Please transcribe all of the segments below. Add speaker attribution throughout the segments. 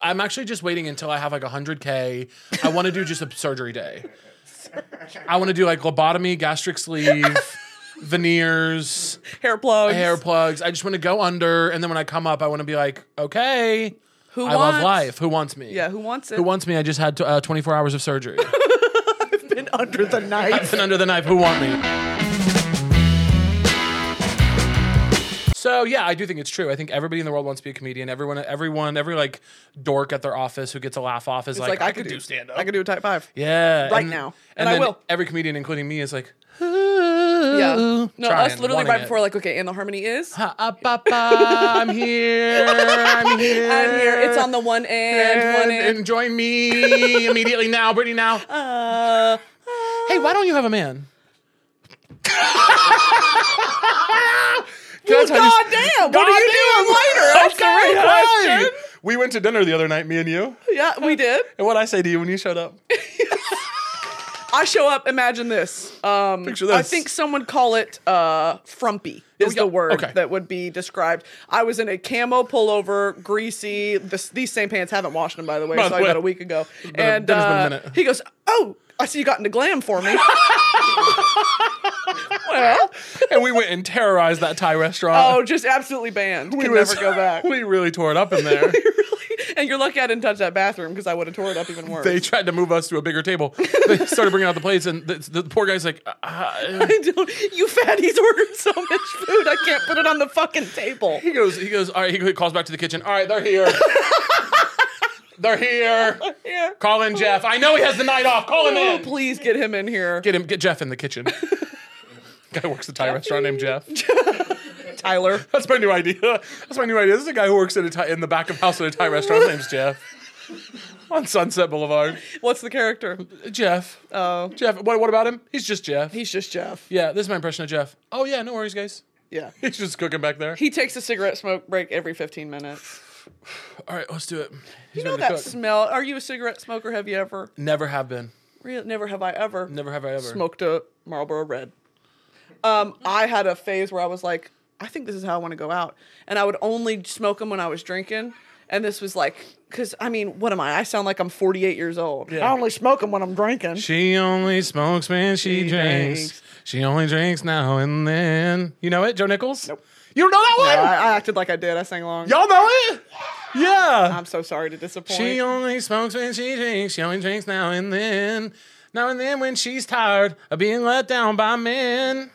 Speaker 1: I'm actually just waiting until I have like 100K. I want to do just a surgery day. I want to do like lobotomy, gastric sleeve, veneers,
Speaker 2: Hair plugs.
Speaker 1: hair plugs. I just want to go under. And then when I come up, I want to be like, okay,
Speaker 2: who
Speaker 1: I
Speaker 2: wants?
Speaker 1: love life. Who wants me?
Speaker 2: Yeah, who wants it?
Speaker 1: Who wants me? I just had uh, 24 hours of surgery.
Speaker 3: Been under the knife.
Speaker 1: and under the knife who want me so yeah i do think it's true i think everybody in the world wants to be a comedian everyone everyone every like dork at their office who gets a laugh off is
Speaker 2: It's
Speaker 1: like, i, could do, stand up
Speaker 2: I could do a type five.
Speaker 1: yeah
Speaker 2: right now. And I
Speaker 1: then
Speaker 2: will.
Speaker 1: every comedian including me is like
Speaker 2: Yeah. No,
Speaker 1: Trying,
Speaker 2: us literally right
Speaker 1: wanting it.
Speaker 2: before, like, okay, and the harmony is.
Speaker 1: "Ah, ah, ba, ba, i'm here i'm here
Speaker 2: I'm here. It's on the one and one
Speaker 1: and,
Speaker 2: and.
Speaker 1: and join me immediately now brittany now
Speaker 2: uh,
Speaker 1: Hey, why don't you have a man? That's how
Speaker 2: God damn! What are you
Speaker 1: That's
Speaker 2: doing later? Okay.
Speaker 1: the right question. We went to dinner the other night, me and you.
Speaker 2: Yeah, we did.
Speaker 1: And what I say to you when you showed up?
Speaker 2: I show up. Imagine this. Um,
Speaker 1: Picture
Speaker 2: I
Speaker 1: this.
Speaker 2: think someone call it uh, frumpy is
Speaker 1: yeah,
Speaker 2: the word
Speaker 1: okay.
Speaker 2: that would be described. I was in a camo pullover, greasy. This, these same pants haven't washed them by the way,
Speaker 1: By
Speaker 2: so
Speaker 1: the
Speaker 2: I
Speaker 1: way.
Speaker 2: got a week ago.
Speaker 1: been a-
Speaker 2: And
Speaker 1: dinner's been a
Speaker 2: uh,
Speaker 1: minute.
Speaker 2: he goes, "Oh, I see you got into glam for me." well,
Speaker 1: And we went and terrorized that Thai restaurant.
Speaker 2: oh, just absolutely banned.
Speaker 1: we
Speaker 2: Can
Speaker 1: was-
Speaker 2: never go back.
Speaker 1: We really tore it up in there.
Speaker 2: and you're lucky I didn't touch that bathroom because I would have tore it up even worse.
Speaker 1: they tried to move us to a bigger table. They started bringing out the plates, and the, the poor guy's like, uh,
Speaker 2: I don't, you fatties ordered so much food. I can't put it on the fucking table.
Speaker 1: he goes, he goes, all right. He calls back to the kitchen. All right, they're here. they're here.
Speaker 2: Yeah.
Speaker 1: Call in Jeff. I know he has the night off. Call him
Speaker 2: Oh,
Speaker 1: in.
Speaker 2: please get him in here.
Speaker 1: Get him. Get Jeff in the kitchen. guy works at a Thai restaurant named Jeff.
Speaker 2: Tyler.
Speaker 1: That's my new idea. That's my new idea. This is a guy who works at a Thai, in the back of house at a Thai restaurant. His name's Jeff. On Sunset Boulevard.
Speaker 2: What's the character?
Speaker 1: Jeff.
Speaker 2: Oh,
Speaker 1: Jeff. What, what about him? He's just Jeff.
Speaker 2: he's just Jeff.
Speaker 1: yeah, this is my impression of Jeff. Oh yeah, no worries, guys.
Speaker 2: Yeah.
Speaker 1: He's just cooking back there.
Speaker 2: He takes a cigarette smoke break every 15 minutes.
Speaker 1: All right, let's do it. He's
Speaker 2: You know
Speaker 1: ready to
Speaker 2: that
Speaker 1: cook.
Speaker 2: smell. Are you a cigarette smoker? Have you ever?
Speaker 1: Never have been.
Speaker 2: Real never have I ever
Speaker 1: Never have I ever.
Speaker 2: smoked a Marlboro Red. Um, I had a phase where I was like, I think this is how I want to go out. And I would only smoke them when I was drinking. And this was like, because I mean, what am I? I sound like I'm 48 years old.
Speaker 3: I only smoke them when I'm drinking.
Speaker 1: She only smokes when she,
Speaker 2: She
Speaker 1: drinks.
Speaker 2: drinks.
Speaker 1: She only drinks now and then. You know it, Joe Nichols?
Speaker 2: Nope.
Speaker 1: You don't know that
Speaker 2: I,
Speaker 1: one?
Speaker 2: I acted like I did. I sang along.
Speaker 1: Y'all know it? Yeah.
Speaker 2: I'm so sorry to disappoint.
Speaker 1: She only smokes when she drinks. She only drinks now and then. Now and then when she's tired of being let down by men.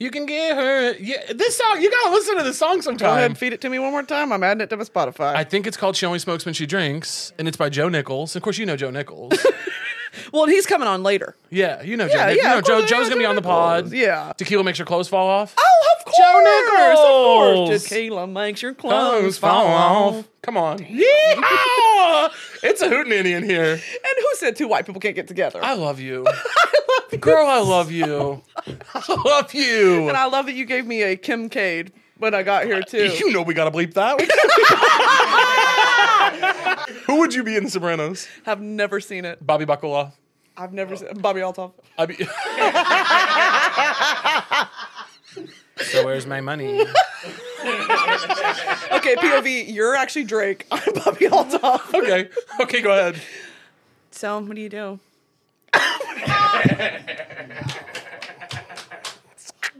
Speaker 1: You can get her. Yeah, this song, you gotta listen to this song
Speaker 2: Go ahead
Speaker 1: sometime.
Speaker 2: and feed it to me one more time. I'm adding it to my Spotify.
Speaker 1: I think it's called She Only Smokes When She Drinks, and it's by Joe Nichols. Of course, you know Joe Nichols.
Speaker 2: well, he's coming on later.
Speaker 1: yeah, you know Joe
Speaker 2: Yeah,
Speaker 1: Nichols.
Speaker 2: yeah,
Speaker 1: you know
Speaker 2: of course
Speaker 1: Joe,
Speaker 2: I
Speaker 1: Joe's gonna
Speaker 2: know
Speaker 1: be
Speaker 2: Joe
Speaker 1: on the
Speaker 2: Nichols.
Speaker 1: pod.
Speaker 2: Yeah.
Speaker 1: Tequila makes your clothes fall off.
Speaker 2: Oh, of course.
Speaker 1: Joe
Speaker 2: Of
Speaker 1: Nichols.
Speaker 2: course. Tequila makes your
Speaker 1: Clothes
Speaker 2: Oh, clothes fall off.
Speaker 1: Come on. Yeehaw! it's a hootenanny in here.
Speaker 2: And who said two white people can't get together?
Speaker 1: I love you. Girl, I love you. I love you.
Speaker 2: and I love that you gave me a Kim Cade when I got here, too.
Speaker 1: you know we gotta bleep that. We gotta- Who would you be in Sopranos?
Speaker 2: I've never seen it.
Speaker 1: Bobby Bacola.
Speaker 2: I've never seen Bobby Altoff.
Speaker 1: I be- so where's my money?
Speaker 2: Okay, POV, you're actually Drake. I'm Bobby Altoff.
Speaker 1: Okay. Okay, go ahead.
Speaker 2: So, what do you do?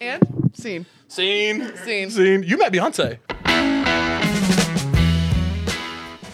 Speaker 2: and scene.
Speaker 1: Scene.
Speaker 2: Scene.
Speaker 1: Scene. You met Beyonce.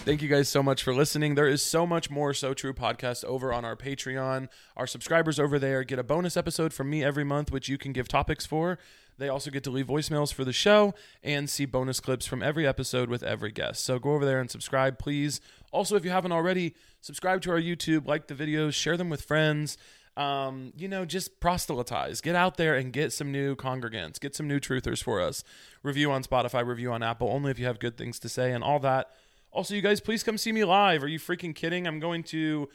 Speaker 1: Thank you guys so much for listening. There is so much more So True podcast over on our Patreon. Our subscribers over there get a bonus episode from me every month, which you can give topics for. They also get to leave voicemails for the show and see bonus clips from every episode with every guest. So go over there and subscribe, please. Also, if you haven't already, subscribe to our YouTube, like the videos, share them with friends. Um, you know, just proselytize. Get out there and get some new congregants, get some new truthers for us. Review on Spotify, review on Apple, only if you have good things to say and all that. Also, you guys, please come see me live. Are you freaking kidding? I'm going to,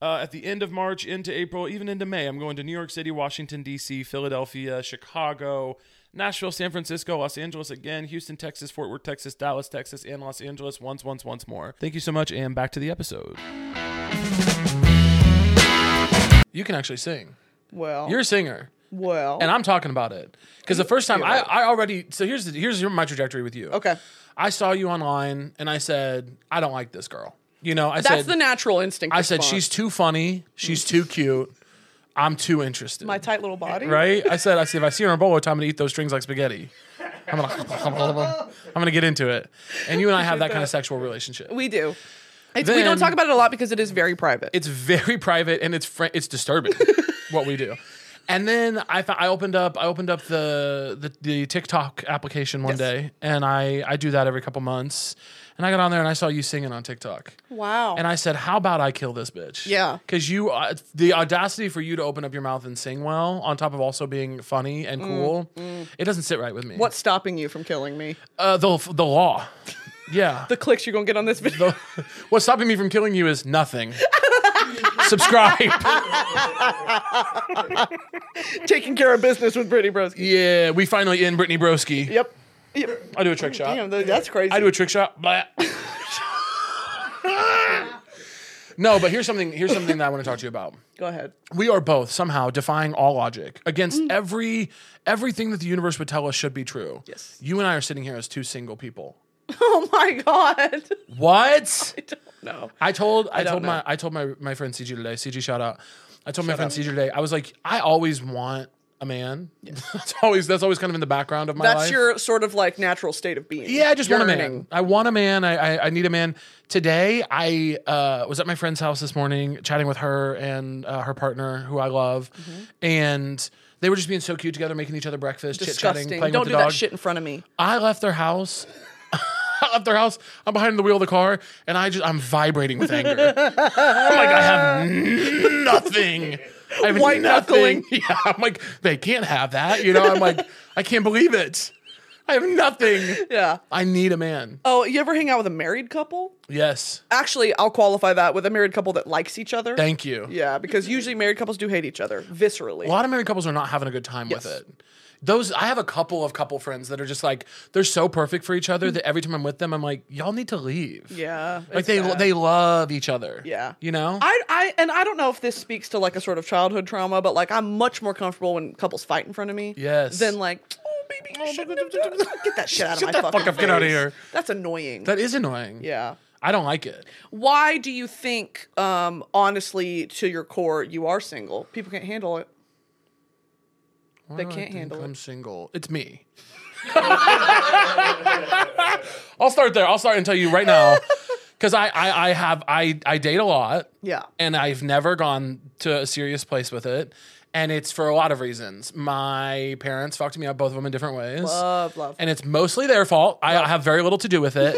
Speaker 1: uh, at the end of March, into April, even into May, I'm going to New York City, Washington, D.C., Philadelphia, Chicago, Nashville, San Francisco, Los Angeles again, Houston, Texas, Fort Worth, Texas, Dallas, Texas, and Los Angeles once, once, once more. Thank you so much, and back to the episode. You can actually sing.
Speaker 2: Well,
Speaker 1: You're a singer.
Speaker 2: Well,
Speaker 1: and I'm talking about it because the first time I, I already so here's the, here's your- my trajectory with you.
Speaker 2: Okay.
Speaker 1: I saw you online and I said I don't like this girl. You know, I
Speaker 2: that's
Speaker 1: said
Speaker 2: the natural instinct.
Speaker 1: I said she's too funny, she's too cute, I'm too interested.
Speaker 2: my tight little body.
Speaker 1: right? I said I see if I see her in a bowl, I'm gonna eat those strings like spaghetti. I'm gonna I'm gonna get into it. And you and I have that kind of sexual relationship.
Speaker 2: We do. It's, we don't
Speaker 1: Then-
Speaker 2: talk about it a lot because it is very private.
Speaker 1: it's very private and it's fr- it's disturbing what we do. And then I fo- I opened up I opened up the the, the TikTok application one day and I I do that every couple months and I got on there and I saw you singing on TikTok.
Speaker 2: wow.
Speaker 1: And I said, "How about I kill this bitch?"
Speaker 2: Yeah.
Speaker 1: because you uh, the audacity for you to open up your mouth and sing well, on top of also being funny
Speaker 2: Mm,
Speaker 1: and cool, it doesn't sit right with me.
Speaker 2: What's stopping you from killing me?
Speaker 1: uh, the the law? Yeah,
Speaker 2: The clicks you're gonna get on this video.
Speaker 1: the, what's stopping me from killing you is nothing. Subscribe.
Speaker 2: Taking care of business with Brittany Bros.
Speaker 1: Yeah, we finally in Brittany Broski.
Speaker 2: Yep. yep.
Speaker 1: I do a trick shot.
Speaker 2: Damn, th- that's crazy.
Speaker 1: I uh, do a trick shot. Blah. no, but here's something. Here's something that I want to talk to you about.
Speaker 2: Go ahead.
Speaker 1: We are both somehow defying all logic against
Speaker 2: Mm.
Speaker 1: every everything that the universe would tell us should be true.
Speaker 2: Yes.
Speaker 1: You and I are sitting here as two single people.
Speaker 2: Oh my god. I
Speaker 1: What?
Speaker 2: don't know.
Speaker 1: I told I, told
Speaker 2: know.
Speaker 1: my I told my my friend CG today. CG shout out. I told my friend CG today. I was like, I always want a man. that's always that's always kind of in the background of my
Speaker 2: That's
Speaker 1: life.
Speaker 2: your sort of like natural state of being.
Speaker 1: Yeah, I just want a man.
Speaker 2: Yearning.
Speaker 1: I want a man. I, I, I need a man. Today, I uh, was at my friend's house this morning, chatting with her and uh, her partner, who I love,
Speaker 2: Mm-hmm.
Speaker 1: and they were just being so cute together, making each other breakfast, chit chatting,
Speaker 2: Disgusting.
Speaker 1: playing
Speaker 2: Don't
Speaker 1: with
Speaker 2: do
Speaker 1: the dog.
Speaker 2: that shit in front of me.
Speaker 1: I left their house. I left their house. I'm behind the wheel of the car, and I just I'm vibrating with anger. I'm like I have nothing. I have
Speaker 2: White
Speaker 1: nothing. Yeah, I'm like they can't have that. You know, I'm like I can't believe it. I have nothing.
Speaker 2: Yeah.
Speaker 1: I need a man.
Speaker 2: Oh, you ever hang out with a married couple?
Speaker 1: Yes.
Speaker 2: Actually, I'll qualify that with a married couple that likes each other.
Speaker 1: Thank you.
Speaker 2: yeah, because usually married couples do hate each other viscerally.
Speaker 1: A lot of married couples are not having a good time with
Speaker 2: Yes.
Speaker 1: it. Those I have a couple of couple friends that are just like they're so perfect for each other that every time I'm with them, I'm like, y'all need to leave.
Speaker 2: Yeah.
Speaker 1: Like
Speaker 2: it's
Speaker 1: they
Speaker 2: bad.
Speaker 1: they love each other.
Speaker 2: Yeah.
Speaker 1: You know?
Speaker 2: I, I and I don't know if this speaks to like a sort of childhood trauma, but like I'm much more comfortable when couples fight in front of me.
Speaker 1: Yes.
Speaker 2: Than like, oh baby, you shouldn't have done that." get that shit out of my
Speaker 1: fuck
Speaker 2: fucking
Speaker 1: up, get outta
Speaker 2: face.
Speaker 1: here.
Speaker 2: That's annoying.
Speaker 1: that is annoying.
Speaker 2: yeah.
Speaker 1: I don't like it.
Speaker 2: Why do you think, um, honestly, to your core, you are single? People can't handle it.
Speaker 1: Why
Speaker 2: They
Speaker 1: do I
Speaker 2: can't
Speaker 1: think
Speaker 2: handle
Speaker 1: I'm
Speaker 2: it.
Speaker 1: single. It's me. I'll start there. I'll start and tell you right now. Cause I, I, I have I, I date a lot.
Speaker 2: Yeah.
Speaker 1: and I've never gone to a serious place with it. And it's for a lot of reasons. My parents fucked me up, both of them in different ways.
Speaker 2: Love, love.
Speaker 1: And it's mostly their fault. I have very little to do with it.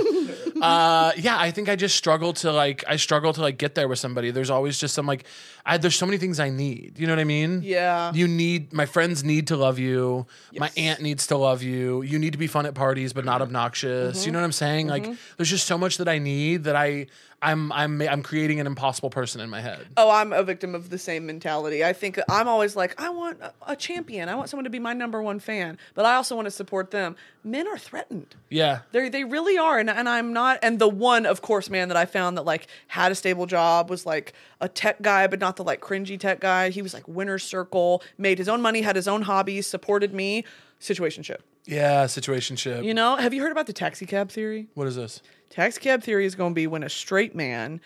Speaker 1: uh, yeah, I think I just struggle to like. I struggle to like get there with somebody. There's always just some like. I, there's so many things I need. You know what I mean?
Speaker 2: Yeah.
Speaker 1: You need my friends need to love you. My aunt needs to love you. You need to be fun at parties but
Speaker 2: Mm-hmm.
Speaker 1: not obnoxious. You know what I'm saying? Like, there's just so much that I need that I I'm I'm I'm creating an impossible person in my head.
Speaker 2: Oh, I'm a victim of the same mentality. I think I'm always like, I want a- a champion. I want someone to be my number one fan, but I also want to support them. Men are threatened.
Speaker 1: Yeah.
Speaker 2: They they really are, and and I'm not. And the one, of course, man that I found that like had a stable job was like a tech guy, but not the like cringy tech guy. He was like winner circle, made his own money, had his own hobbies, supported me. Situationship.
Speaker 1: Yeah, situationship.
Speaker 2: You know, have you heard about the taxi cab theory?
Speaker 1: what is this?
Speaker 2: Taxi cab theory is going to be when a straight man,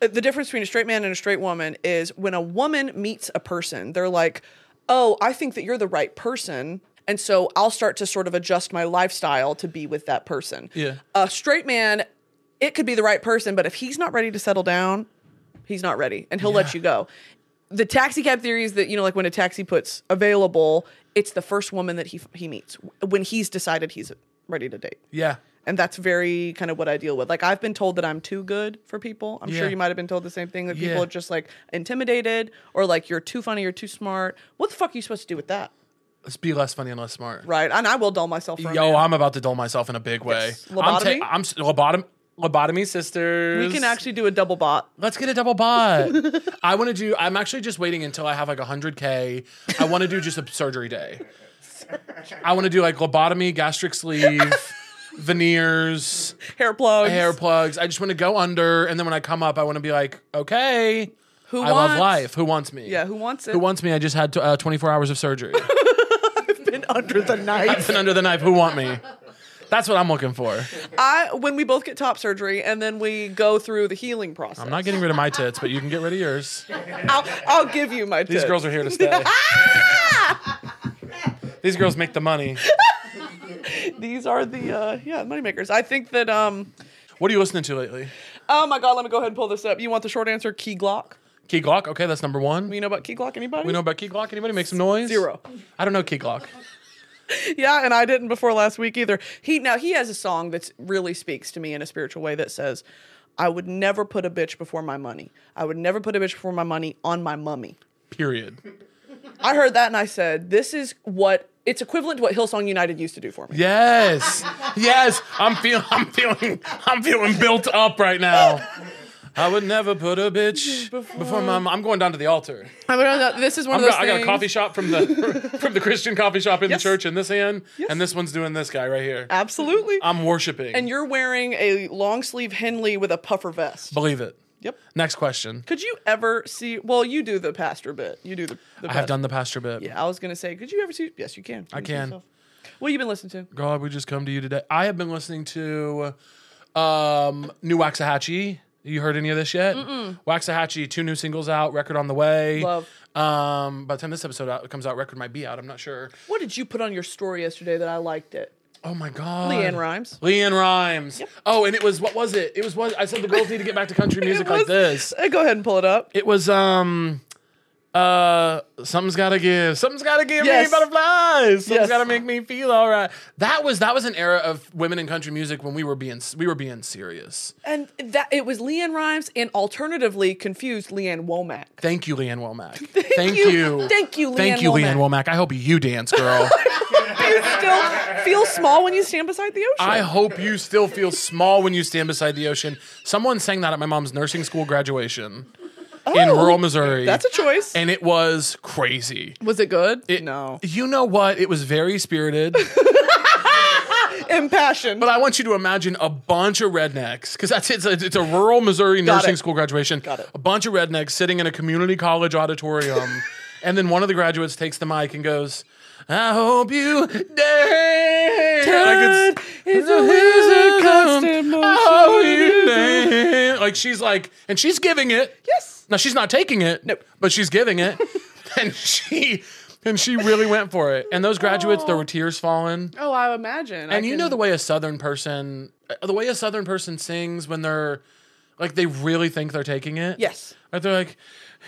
Speaker 2: uh, the difference between a straight man and a straight woman is when a woman meets a person, they're like, oh, I think that you're the right person. And so I'll start to sort of adjust my lifestyle to be with that person.
Speaker 1: Yeah.
Speaker 2: A straight man, it could be the right person, but if he's not ready to settle down, he's not ready and he'll let you go. The taxi cab theory is that, you know, like when a taxi puts available, it's the first woman that he, he meets when he's decided he's ready to date
Speaker 1: Yeah.
Speaker 2: and that's very kind of what I deal with. Like I've been told that I'm too good for people. I'm
Speaker 1: Yeah.
Speaker 2: sure you might have been told the same thing that
Speaker 1: Yeah.
Speaker 2: people are just like intimidated or like you're too funny, you're too smart. What the fuck are you supposed to do with that,
Speaker 1: Let's be less funny and less smart.
Speaker 2: right? And I will dull myself. For a
Speaker 1: Yo,
Speaker 2: man.
Speaker 1: I'm about to dull myself in a big way.
Speaker 2: Yes.
Speaker 1: I'm,
Speaker 2: Lobotomy?
Speaker 1: I'm s- lobotom- lobotomy sisters.
Speaker 2: we can actually do a double bot.
Speaker 1: Let's get a double bot. I want to do. I'm actually just waiting until I have like 100k. I want to do just a surgery day. I want to do like lobotomy, gastric sleeve, veneers,
Speaker 2: Hair plugs.
Speaker 1: hair plugs. I just want to go under, and then when I come up, I want to be like, okay,
Speaker 2: Who
Speaker 1: I
Speaker 2: wants?
Speaker 1: love life. Who wants me?
Speaker 2: Yeah, who wants it?
Speaker 1: Who wants me? I just had t- uh, 24 hours of surgery.
Speaker 3: Been under the knife.
Speaker 1: and under the knife, who want me? That's what I'm looking for.
Speaker 2: I when we both get top surgery and then we go through the healing process.
Speaker 1: I'm not getting rid of my tits, but you can get rid of yours.
Speaker 2: I'll, I'll give you my.
Speaker 1: These girls are here to stay. These girls make the money.
Speaker 2: These are the uh, yeah moneymakers. I think that um
Speaker 1: What are you listening to lately?
Speaker 2: oh my god, let me go ahead and pull this up. You want the short answer? Key Glock.
Speaker 1: Key Glock. Okay, that's number one.
Speaker 2: You know about Key Glock? Anybody?
Speaker 1: We know about Key Glock. Anybody make some noise?
Speaker 2: Zero.
Speaker 1: I don't know Key Glock.
Speaker 2: Yeah, and I didn't before last week either. He now he has a song that really speaks to me in a spiritual way that says, "I would never put a bitch before my money. I would never put a bitch before my money on my mummy."
Speaker 1: Period.
Speaker 2: I heard that and I said, "This is what it's equivalent to what Hillsong United used to do for me."
Speaker 1: Yes. Yes. I'm feeling. I'm feeling. I'm feeling built up right now. I would never put a bitch before, my. I'm going down to the altar.
Speaker 2: I mean, this is one
Speaker 1: I'm
Speaker 2: of those.
Speaker 1: got, I got a
Speaker 2: things-
Speaker 1: coffee shop from the from the Christian coffee shop in
Speaker 2: Yes.
Speaker 1: the church in this hand, and this one's doing this guy right here.
Speaker 2: Absolutely.
Speaker 1: I'm worshiping.
Speaker 2: and you're wearing a long sleeve Henley with a puffer vest.
Speaker 1: Believe it.
Speaker 2: yep.
Speaker 1: Next question.
Speaker 2: Could you ever see? Well, you do the pastor bit. You do the. the
Speaker 1: I have
Speaker 2: pastor-
Speaker 1: done the pastor bit.
Speaker 2: Yeah, I was gonna say, could you ever see? Yes, you can. I
Speaker 1: can.
Speaker 2: What you been listening to?
Speaker 1: God, we just come to you today. I have been listening to um, new Waxahachie. You heard any of this yet? Waxahachie, two new singles out, record on the way.
Speaker 2: Love.
Speaker 1: Um, by the time this episode out, comes out, record might be out. I'm not sure.
Speaker 2: What did you put on your story yesterday that I liked it?
Speaker 1: Oh my God.
Speaker 2: Leanne Rhymes.
Speaker 1: Leanne Rhymes. Oh, and it was what was it? It was what I said. The girls need to get back to country music
Speaker 2: It
Speaker 1: like
Speaker 2: was-
Speaker 1: this.
Speaker 2: Uh, Go ahead and pull it up.
Speaker 1: It was um uh something's gotta give. Something's gotta give
Speaker 2: Yes.
Speaker 1: me butterflies. Something's
Speaker 2: Yes.
Speaker 1: gotta make me feel all right. That was that was an era of women in country music when we were being we were being serious.
Speaker 2: And that it was Leanne Rhymes and alternatively confused Leanne Womack.
Speaker 1: Thank you, Leanne Womack. Thank,
Speaker 2: you.
Speaker 1: you.
Speaker 2: Thank you,
Speaker 1: Thank
Speaker 2: Leanne
Speaker 1: you,
Speaker 2: Womack.
Speaker 1: Leanne Womack. I hope you dance, girl.
Speaker 2: You still feel small when you stand beside the ocean.
Speaker 1: I hope you still feel small when you stand beside the ocean. Someone sang that at my mom's nursing school graduation in rural Missouri.
Speaker 2: Oh, That's a choice.
Speaker 1: and it was crazy.
Speaker 2: was it good?
Speaker 1: It-
Speaker 2: no.
Speaker 1: You know what? It was very spirited.
Speaker 2: Impassioned.
Speaker 1: But I want you to imagine a bunch of rednecks, because that's it's a, it's a rural Missouri nursing
Speaker 2: it.
Speaker 1: school graduation.
Speaker 2: Got it.
Speaker 1: A bunch of rednecks sitting in a community college auditorium, and then one of the graduates takes the mic and goes, "I hope you dance." Like
Speaker 2: it's
Speaker 1: I hope you dance. Like she's like, and she's giving it.
Speaker 2: Yes.
Speaker 1: Now she's not taking it.
Speaker 2: Nope.
Speaker 1: But she's giving it, and she and she really went for it. And those graduates, there were tears falling.
Speaker 2: Oh, I imagine.
Speaker 1: And you know the way a southern person uh, the way a southern person sings when they're like they really think they're taking it.
Speaker 2: Yes.
Speaker 1: Like they're like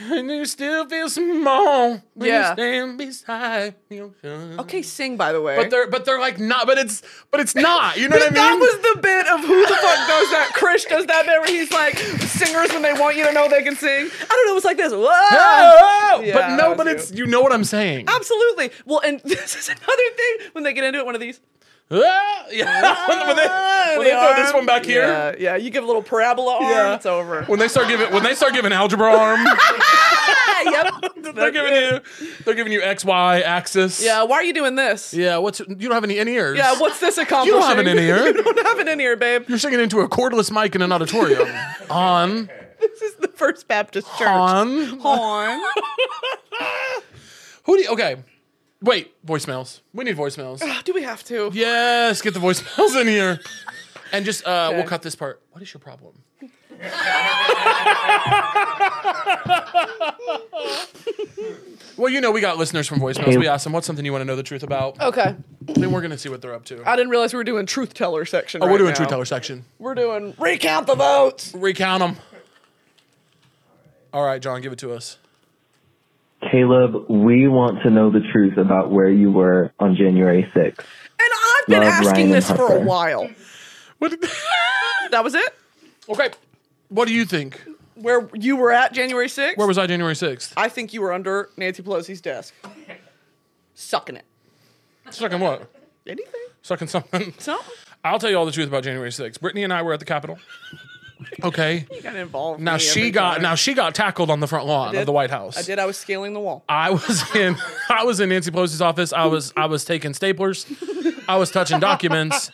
Speaker 1: and you still feel small when
Speaker 2: Yeah.
Speaker 1: you stand beside the ocean."
Speaker 2: Okay, sing by the way.
Speaker 1: But they're but they're like not but it's but it's not. You know what I mean?
Speaker 2: That was the bit of who the fuck does that. Chris does that bit where he's like, singers when they want you to know they can sing. I don't know. It's like this. Whoa.
Speaker 1: Oh!
Speaker 2: Yeah,
Speaker 1: but
Speaker 2: that
Speaker 1: no,
Speaker 2: was
Speaker 1: but
Speaker 2: you.
Speaker 1: it's you know what I'm saying.
Speaker 2: Absolutely. Well, and this is another thing when they get into it. One of these.
Speaker 1: Ah! yeah. when, when they, when they
Speaker 2: The
Speaker 1: throw this
Speaker 2: arm.
Speaker 1: one back here.
Speaker 2: Yeah, yeah. You give a little parabola arm.
Speaker 1: Yeah.
Speaker 2: It's over.
Speaker 1: When they start giving when they start giving algebra arm,
Speaker 2: Ah, yep.
Speaker 1: they're giving you they're giving you XY axis.
Speaker 2: Yeah. Why are you doing this? Yeah.
Speaker 1: Yeah, what's you don't have any in ears.
Speaker 2: what's this accomplishing?
Speaker 1: don't have an in-ear.
Speaker 2: you don't have an in ear, babe.
Speaker 1: You're singing into a cordless mic in an auditorium. on,
Speaker 2: This is the First Baptist Church.
Speaker 1: on.
Speaker 2: Horn.
Speaker 1: Who do you, okay. Wait, voicemails. We need voicemails.
Speaker 2: Do we have to?
Speaker 1: Yes, get the voicemails in here. And just, uh, we'll
Speaker 2: Okay.
Speaker 1: cut this part. What is your problem? well, you know, we got listeners from voicemails. We asked them, what's something you want to know the truth about?
Speaker 2: Okay.
Speaker 1: Then we're going to see what they're up to.
Speaker 2: I didn't realize we were doing truth teller section.
Speaker 1: oh,
Speaker 2: right
Speaker 1: we're doing
Speaker 2: now.
Speaker 1: truth teller section.
Speaker 2: We're doing recount the votes.
Speaker 1: Recount them. All right, John, give it to us.
Speaker 4: Caleb, we want to know the truth about where you were on January 6th.
Speaker 2: And I've been
Speaker 4: Love
Speaker 2: asking
Speaker 4: Ryan and
Speaker 2: this for a
Speaker 4: Harper.
Speaker 2: while.
Speaker 1: What did-
Speaker 2: That was it?
Speaker 1: Okay. What do you think?
Speaker 2: Where you were at January 6th?
Speaker 1: Where was I January 6th?
Speaker 2: I think you were under Nancy Pelosi's desk. Sucking it.
Speaker 1: Sucking what?
Speaker 2: Anything?
Speaker 1: Sucking something.
Speaker 2: Something?
Speaker 1: I'll tell you all the truth about January 6th. Brittany and I were at the Capitol. Okay.
Speaker 2: You got involved.
Speaker 1: Now
Speaker 2: me
Speaker 1: she
Speaker 2: every
Speaker 1: got
Speaker 2: time.
Speaker 1: now she got tackled on the front lawn of
Speaker 2: did.
Speaker 1: the White House.
Speaker 2: I did. I was scaling the wall.
Speaker 1: I was in I was in Nancy Pelosi's office. I was I was taking staplers. I was touching documents.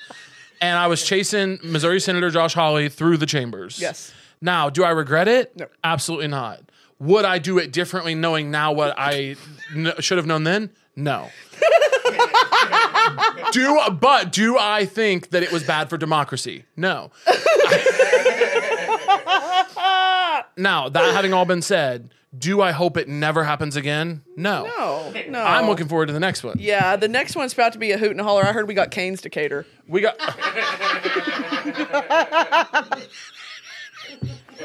Speaker 1: And I was chasing Missouri Senator Josh Hawley through the chambers.
Speaker 2: Yes.
Speaker 1: Now, do I regret it?
Speaker 2: No.
Speaker 1: Absolutely not. Would I do it differently knowing now what I kn- should have known then? No. do but do I think that it was bad for democracy? No. now, that having all been said, do I hope it never happens again? No.
Speaker 2: No, Oh, no.
Speaker 1: I'm looking forward to the next one.
Speaker 2: Yeah, the next one's about to be a hoot and a holler. I heard we got canes to cater.
Speaker 1: We got.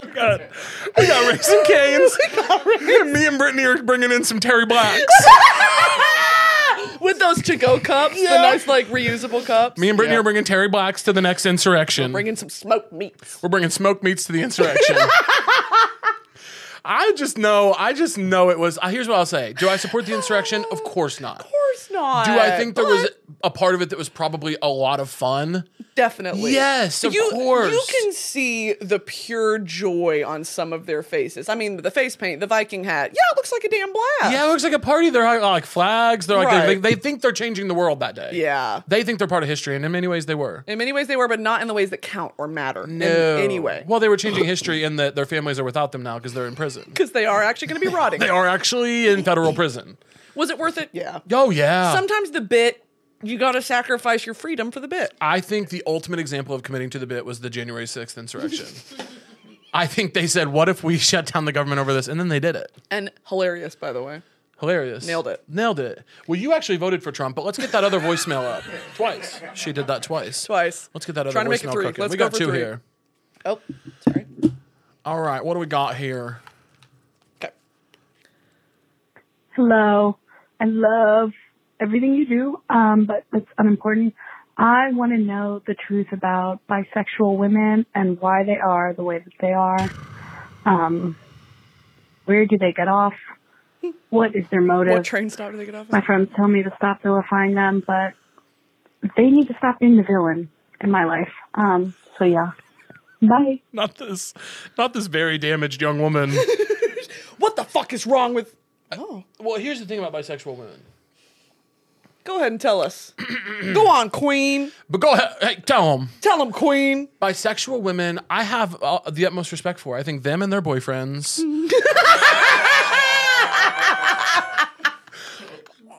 Speaker 1: We got- We got raisin canes. Me and Brittany are bringing in some Terry Blacks.
Speaker 2: With those to go cups, the nice, like, reusable cups.
Speaker 1: Me and Brittany
Speaker 2: Yeah.
Speaker 1: are bringing Terry Blacks to the next insurrection.
Speaker 2: bringing some smoked meats.
Speaker 1: We're bringing smoked meats to the insurrection. I just know. I just know it was. uh, Here's what I'll say. Do I support the insurrection? Of course not.
Speaker 2: Of course not.
Speaker 1: Do I think there was a part of it that was probably a lot of fun?
Speaker 2: Definitely.
Speaker 1: Yes, of
Speaker 2: you,
Speaker 1: course.
Speaker 2: You can see the pure joy on some of their faces. I mean, the face paint, the Viking hat. Yeah, it looks like a damn blast.
Speaker 1: Yeah, it looks like a party. They're like, like flags. They're like they,
Speaker 2: Right.
Speaker 1: they think they're changing the world that day.
Speaker 2: Yeah.
Speaker 1: they think they're part of history, and in many ways they were.
Speaker 2: In many ways they were, but not in the ways that count or matter. No.
Speaker 1: No.
Speaker 2: In any way.
Speaker 1: well, they were changing history, and that their families are without them now because they're in prison.
Speaker 2: Because they are actually going to be rotting.
Speaker 1: They are actually in federal prison.
Speaker 2: Was it worth it? Yeah.
Speaker 1: Oh yeah.
Speaker 2: Sometimes the bit, you got to sacrifice your freedom for the bit.
Speaker 1: I think the ultimate example of committing to the bit was the January sixth insurrection. I think they said, "What if we shut down the government over this?" And then they did it.
Speaker 2: And hilarious, by the way.
Speaker 1: Hilarious.
Speaker 2: Nailed it.
Speaker 1: Nailed it. Well, you actually voted for Trump, but let's get that other voicemail up. Twice. She did that twice.
Speaker 2: Twice.
Speaker 1: Let's get that other voicemail
Speaker 2: Trying to make it three.
Speaker 1: cooking.
Speaker 2: Let's
Speaker 1: we
Speaker 2: go
Speaker 1: got
Speaker 2: for
Speaker 1: two
Speaker 2: three.
Speaker 1: here.
Speaker 2: Oh, sorry.
Speaker 1: All right, what do we got here?
Speaker 2: Okay.
Speaker 5: Hello. I love everything you do, um, but it's unimportant. I want to know the truth about bisexual women and why they are the way that they are. Um, where do they get off? What is their
Speaker 2: What
Speaker 5: motive?
Speaker 2: train stop do they get off?
Speaker 5: my
Speaker 2: at?
Speaker 5: friends tell me to stop vilifying them, but they need to stop being the villain in my life. Um, so yeah. Bye.
Speaker 1: Not this not this very damaged young woman.
Speaker 2: What the fuck is wrong with? Oh,
Speaker 1: well, here's the thing about bisexual women.
Speaker 2: go ahead and tell us. go on, Queen.
Speaker 1: But go ahead, hey, tell them.
Speaker 2: Tell them, Queen.
Speaker 1: Bisexual women, I have uh, the utmost respect for. I think them and their boyfriends.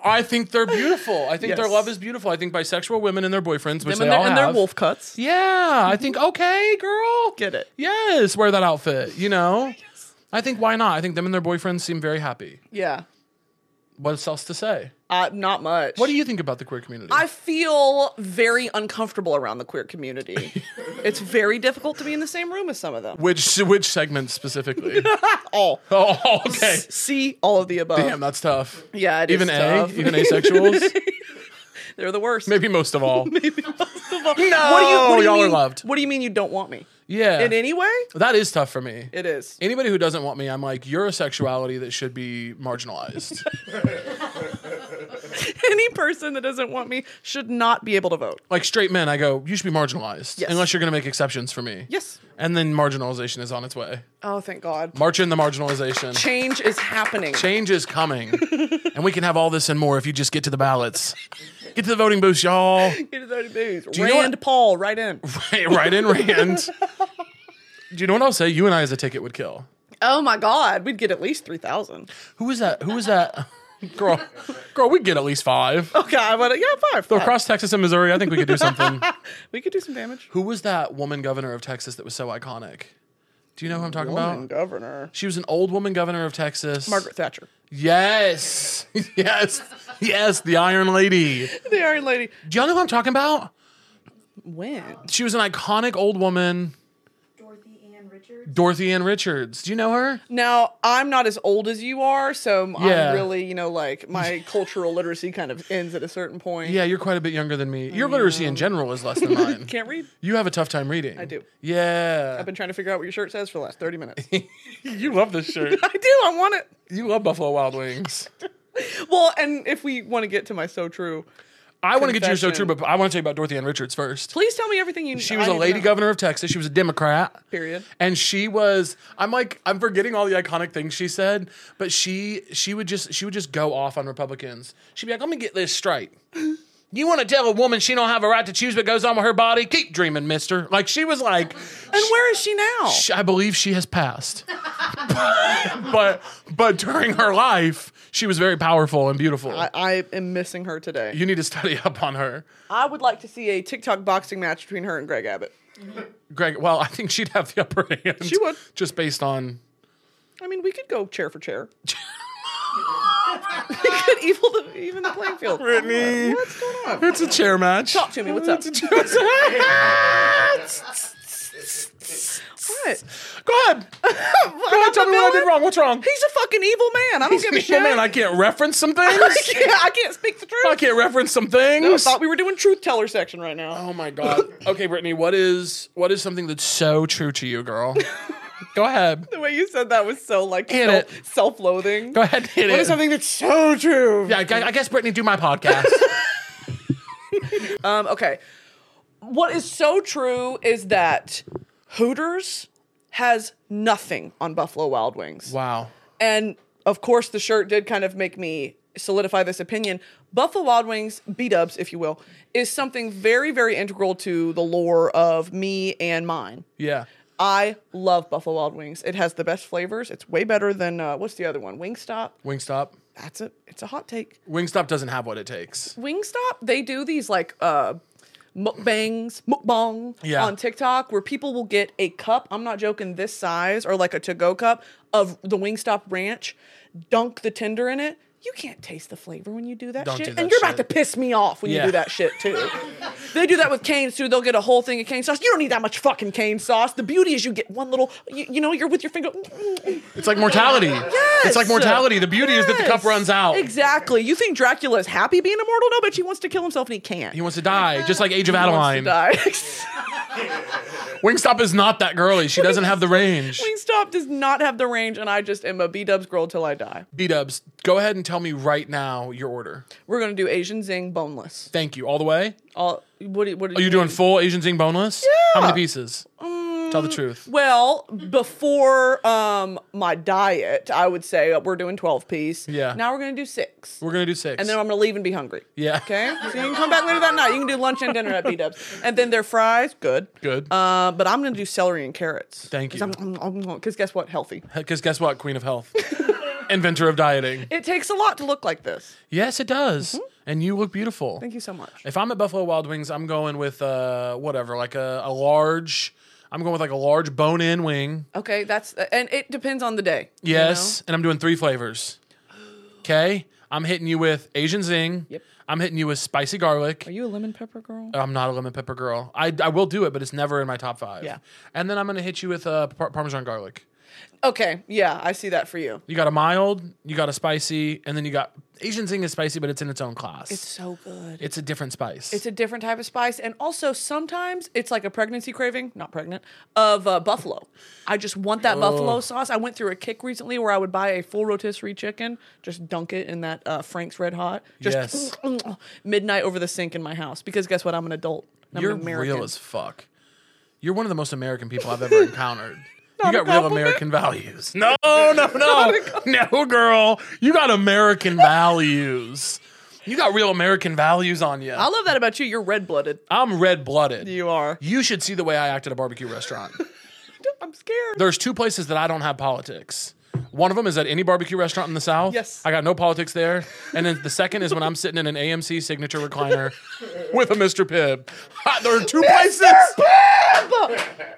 Speaker 1: I think they're beautiful. I think their
Speaker 2: Yes.
Speaker 1: love is beautiful. I think bisexual women and their boyfriends, which they
Speaker 2: Them and their,
Speaker 1: all
Speaker 2: and their
Speaker 1: have-
Speaker 2: wolf cuts.
Speaker 1: Yeah, I think okay, girl,
Speaker 2: Get it.
Speaker 1: Yes, wear that outfit. You know, I think why not? I think them and their boyfriends seem very happy.
Speaker 2: Yeah.
Speaker 1: What else to say?
Speaker 2: Uh, not much.
Speaker 1: What do you think about the queer community?
Speaker 2: I feel very uncomfortable around the queer community. it's very difficult to be in the same room as some of them.
Speaker 1: which which segment specifically?
Speaker 2: All.
Speaker 1: oh, okay.
Speaker 2: See all of the above.
Speaker 1: Damn, that's tough.
Speaker 2: Yeah, it is
Speaker 1: even a
Speaker 2: tough.
Speaker 1: even asexuals.
Speaker 2: They're the worst. Oh,
Speaker 1: Maybe most of all.
Speaker 2: no, what do you, what do you
Speaker 1: y'all are
Speaker 2: mean,
Speaker 1: loved.
Speaker 2: What do you mean you don't want me?
Speaker 1: Yeah,
Speaker 2: In any way?
Speaker 1: that is tough for me.
Speaker 2: It is.
Speaker 1: Anybody who doesn't want me, I'm like, you're a sexuality that should be marginalized.
Speaker 2: Any person that doesn't want me should not be able to vote.
Speaker 1: like straight men, I go, you should be marginalized
Speaker 2: Yes.
Speaker 1: unless you're going to make exceptions for me.
Speaker 2: Yes.
Speaker 1: And then marginalization is on its way.
Speaker 2: Oh, thank God.
Speaker 1: March in the marginalization.
Speaker 2: Change is happening.
Speaker 1: Change is coming. and we can have all this and more if you just get to the ballots. Get to the voting booths, y'all.
Speaker 2: Get those booze.
Speaker 1: you know
Speaker 2: Rand
Speaker 1: what-
Speaker 2: Paul, right in.
Speaker 1: Hey, right in Rand. Do you know what I'll say? You and I as a ticket would kill.
Speaker 2: Oh my God, we'd get at least three thousand.
Speaker 1: Who was that? Who was that? Girl, girl, we'd get at least five.
Speaker 2: Okay, I wanna- yeah, five. five.
Speaker 1: Across Texas and Missouri, I think we could do something.
Speaker 2: we could do some damage.
Speaker 1: Who was that woman governor of Texas that was so iconic? Do you know who I'm talking
Speaker 2: Woman
Speaker 1: about?
Speaker 2: governor
Speaker 1: She was an old woman governor of Texas.
Speaker 2: Margaret Thatcher,
Speaker 1: Yes. Yes. Yes. The Iron Lady.
Speaker 2: the Iron Lady.
Speaker 1: Do y'all know who I'm talking about?
Speaker 2: When?
Speaker 1: She was an iconic old woman,
Speaker 6: Dorothy Ann Richards.
Speaker 1: Dorothy Ann Richards. Do you know her?
Speaker 2: Now I'm not as old as you are, so I'm-
Speaker 1: Yeah.
Speaker 2: I'm really, you know, like my cultural literacy kind of ends at a certain point.
Speaker 1: Yeah, you're quite a bit younger than me. Your literacy in general is less than mine.
Speaker 2: Can't read.
Speaker 1: You have a tough time reading. I
Speaker 2: do.
Speaker 1: Yeah.
Speaker 2: I've been trying to figure out what your shirt says for the last 30 minutes.
Speaker 1: You love this shirt.
Speaker 2: I do. I want it.
Speaker 1: you love Buffalo Wild Wings.
Speaker 2: Well, and if we want to get to my so true,
Speaker 1: I want to get to your so true,
Speaker 2: Confession.
Speaker 1: but I want to tell you about Dorothy Ann Richards first.
Speaker 2: please tell me everything you.
Speaker 1: She
Speaker 2: I
Speaker 1: was a
Speaker 2: need to
Speaker 1: lady
Speaker 2: know.
Speaker 1: governor of Texas. She was a Democrat.
Speaker 2: Period.
Speaker 1: And she was I'm like I'm forgetting all the iconic things she said, but she she would just she would just go off on Republicans. She'd be like, "Let me get this straight. You want to tell a woman she don't have a right to choose what goes on with her body? Keep dreaming, mister. Like she was like,
Speaker 2: And where is she now?
Speaker 1: she- I believe she has passed. but but during her life, she was very powerful and beautiful.
Speaker 2: I, I am missing her today.
Speaker 1: you need to study up on her.
Speaker 2: I would like to see a TikTok boxing match between her and Greg Abbott.
Speaker 1: Greg, well, I think she'd have the upper hand.
Speaker 2: She would.
Speaker 1: Just based on
Speaker 2: I mean, we could go chair for chair. we could evil the, even the playing field.
Speaker 1: Brittany.
Speaker 2: What's going on?
Speaker 1: It's a chair match.
Speaker 2: Talk to me. What's up? What?
Speaker 1: Go ahead. Go ahead, tell me what I did wrong. What's wrong?
Speaker 2: He's a fucking evil man. I don't give a shit.
Speaker 1: Well, man, I can't reference some things.
Speaker 2: yeah, I can't speak the truth.
Speaker 1: I can't reference some things.
Speaker 2: I thought we were doing truth teller section right now.
Speaker 1: oh my god. Okay, Brittany, what is what is something that's so true to you, girl? Go ahead.
Speaker 2: The way you said that was so like
Speaker 1: Hit
Speaker 2: self,
Speaker 1: it.
Speaker 2: self-loathing.
Speaker 1: Go ahead. and Hit
Speaker 2: What
Speaker 1: it.
Speaker 2: is something that's so true?
Speaker 1: Yeah, I, I guess Brittany, do my podcast.
Speaker 2: Um, okay. What is so true is that Hooters has nothing on Buffalo Wild Wings.
Speaker 1: wow.
Speaker 2: And of course, the shirt did kind of make me solidify this opinion. Buffalo Wild Wings, B dubs, if you will, is something very, very integral to the lore of me and mine.
Speaker 1: Yeah.
Speaker 2: I love Buffalo Wild Wings. It has the best flavors. It's way better than, uh, what's the other one? Wingstop.
Speaker 1: Wingstop.
Speaker 2: That's it. It's a hot take.
Speaker 1: Wingstop doesn't have what it takes.
Speaker 2: Wingstop, they do these like uh mukbangs, mukbang
Speaker 1: Yeah.
Speaker 2: on TikTok where people will get a cup, I'm not joking, this size or like a to-go cup of the Wingstop ranch, dunk the tender in it. You can't taste the flavor when you do that
Speaker 1: Don't
Speaker 2: shit.
Speaker 1: do that
Speaker 2: and you're about to
Speaker 1: shit.
Speaker 2: piss me off when
Speaker 1: Yeah.
Speaker 2: you do that shit too. they do that with canes too. They'll get a whole thing of cane sauce. You don't need that much fucking cane sauce. The beauty is you get one little you, you know, you're with your finger.
Speaker 1: It's like mortality. Yes. It's like mortality. The beauty is that the cup
Speaker 2: Yes.
Speaker 1: runs out.
Speaker 2: Exactly. You think Dracula is happy being immortal? No, but he wants to kill himself and he can't.
Speaker 1: He wants to die, just like Age of
Speaker 2: wants
Speaker 1: Adeline.
Speaker 2: to die.
Speaker 1: Wingstop is not that girly. She doesn't have the range.
Speaker 2: Wingstop does not have the range, and I just am a B Dubs girl till I die.
Speaker 1: B Dubs, go ahead and tell me right now your order.
Speaker 2: We're gonna do Asian Zing boneless.
Speaker 1: Thank you. All the way?
Speaker 2: All what? do- What do
Speaker 1: Are you doing full Asian Zing boneless? How many pieces?
Speaker 2: Um,
Speaker 1: tell the truth.
Speaker 2: Well, before um my diet, I would say uh, we're doing twelve piece.
Speaker 1: Yeah.
Speaker 2: Now we're gonna do six.
Speaker 1: We're going to do six.
Speaker 2: and then I'm gonna leave and be hungry.
Speaker 1: yeah.
Speaker 2: Okay, so you can come back later that night. You can do lunch and dinner at B Dubs, and then their fries, good.
Speaker 1: Good.
Speaker 2: Uh, but I'm gonna do celery and carrots.
Speaker 1: Thank you.
Speaker 2: Because guess what? Healthy.
Speaker 1: Because guess what? Queen of Health. Inventor of dieting.
Speaker 2: It takes a lot to look like this.
Speaker 1: Yes, it does.
Speaker 2: Mm-hmm.
Speaker 1: And you look beautiful.
Speaker 2: Thank you so much.
Speaker 1: If I'm at Buffalo Wild Wings, I'm going with uh whatever, like a, a large. I'm going with like a large bone-in wing.
Speaker 2: Okay, that's and it depends on the day. you
Speaker 1: Yes, and I'm doing three flavors. Okay, I'm hitting you with Asian zing.
Speaker 2: Yep. Oh,
Speaker 1: I'm hitting you with spicy garlic.
Speaker 2: know? Are you a lemon pepper girl?
Speaker 1: I'm not a lemon pepper girl. I, I will do it, but it's never in my top five.
Speaker 2: Yeah.
Speaker 1: And then I'm gonna hit you with uh, par- Parmesan garlic.
Speaker 2: Okay, yeah, I see that for you.
Speaker 1: You got a mild, you got a spicy, and then you got Asian zing is spicy, but it's in its own class.
Speaker 2: It's so good.
Speaker 1: It's a different spice.
Speaker 2: It's a different type of spice, and also sometimes it's like a pregnancy craving, not pregnant, of uh, buffalo. I just want that buffalo sauce. I went through a kick recently where I would buy a full rotisserie chicken, just dunk it in that uh, Frank's Red Hot, just
Speaker 1: Yes.
Speaker 2: midnight over the sink in my house. Because guess what? I'm an adult. I'm
Speaker 1: You're
Speaker 2: an American.
Speaker 1: real as fuck. You're one of the most American people I've ever encountered. you got real American values. No, no, no. No, girl. You got American values. You got real American values on you.
Speaker 2: I love that about you. You're red blooded.
Speaker 1: I'm red blooded.
Speaker 2: You are.
Speaker 1: You should see the way I act at a barbecue restaurant.
Speaker 2: I'm scared.
Speaker 1: There's two places that I don't have politics. One of them is at any barbecue restaurant in the South.
Speaker 2: Yes.
Speaker 1: I got no politics there. And then the second is when I'm sitting in an AMC signature recliner with a Mr. Pibb. There are two places.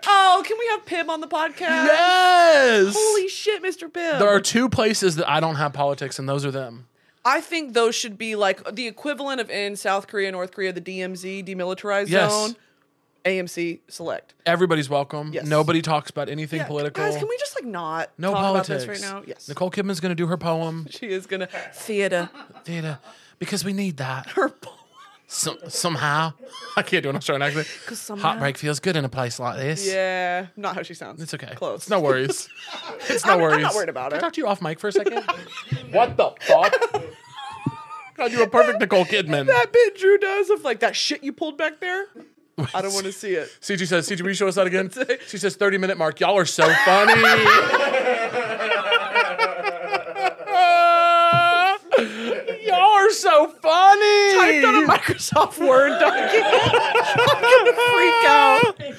Speaker 2: Oh, can we have Pim on the podcast?
Speaker 1: Yes.
Speaker 2: Holy shit, Mr. Pim.
Speaker 1: There are two places that I don't have politics, and those are them.
Speaker 2: I think those should be like the equivalent of in South Korea, North Korea, the DMZ, demilitarized
Speaker 1: Yes.
Speaker 2: zone, AMC select.
Speaker 1: Everybody's welcome.
Speaker 2: Yes.
Speaker 1: Nobody talks about anything
Speaker 2: Yeah,
Speaker 1: political.
Speaker 2: Guys, can we just like not
Speaker 1: no
Speaker 2: talk
Speaker 1: politics
Speaker 2: about this right now? Yes.
Speaker 1: Nicole Kidman's going to do her poem.
Speaker 2: She is gonna theater
Speaker 1: Data, because we need that.
Speaker 2: her poem.
Speaker 1: Some, somehow. I can't do an Australian accent.
Speaker 2: somehow-
Speaker 1: Hot break feels good in a place like this.
Speaker 2: Yeah, not how she sounds.
Speaker 1: It's okay.
Speaker 2: Close.
Speaker 1: It's no worries. It's no
Speaker 2: I'm- I'm
Speaker 1: worries.
Speaker 2: not worried about
Speaker 1: Can I
Speaker 2: it.
Speaker 1: talk to you off mic for a second? what the fuck? God, you're a perfect Nicole Kidman.
Speaker 2: that bit Drew does of like that shit you pulled back there. I don't want to see it.
Speaker 1: CG says, CG, will you show us that again? She says, 30 minute mark. Y'all are so funny. Y'all are so funny.
Speaker 2: Typed on a Microsoft Word document. I'm gonna freak out.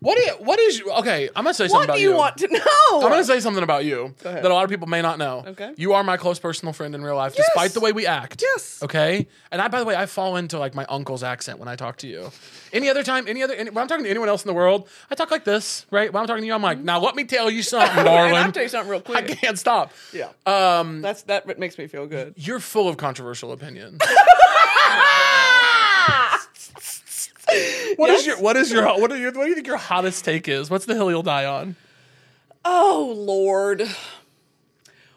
Speaker 1: What do you, what is you, okay? I'm gonna say something
Speaker 2: What
Speaker 1: about
Speaker 2: do you want to know?
Speaker 1: I'm gonna say something about you
Speaker 2: ahead.
Speaker 1: that a lot of people may not know.
Speaker 2: Okay.
Speaker 1: You are my close personal friend in real life,
Speaker 2: Yes.
Speaker 1: despite the way we act.
Speaker 2: Yes.
Speaker 1: Okay. And I, by the way, I fall into like my uncle's accent when I talk to you. Any other time, any other, any, when I'm talking to anyone else in the world, I talk like this, right? When I'm talking to you, I'm like, now let me tell you something,
Speaker 2: and
Speaker 1: darling.
Speaker 2: I'll tell you something real
Speaker 1: I
Speaker 2: quick.
Speaker 1: can't stop.
Speaker 2: Yeah. Um, That's that what makes me feel good.
Speaker 1: You're full of controversial opinions. What is your what is your what, are your what do you think your hottest take is? What's the hill you'll die on?
Speaker 2: Oh Lord.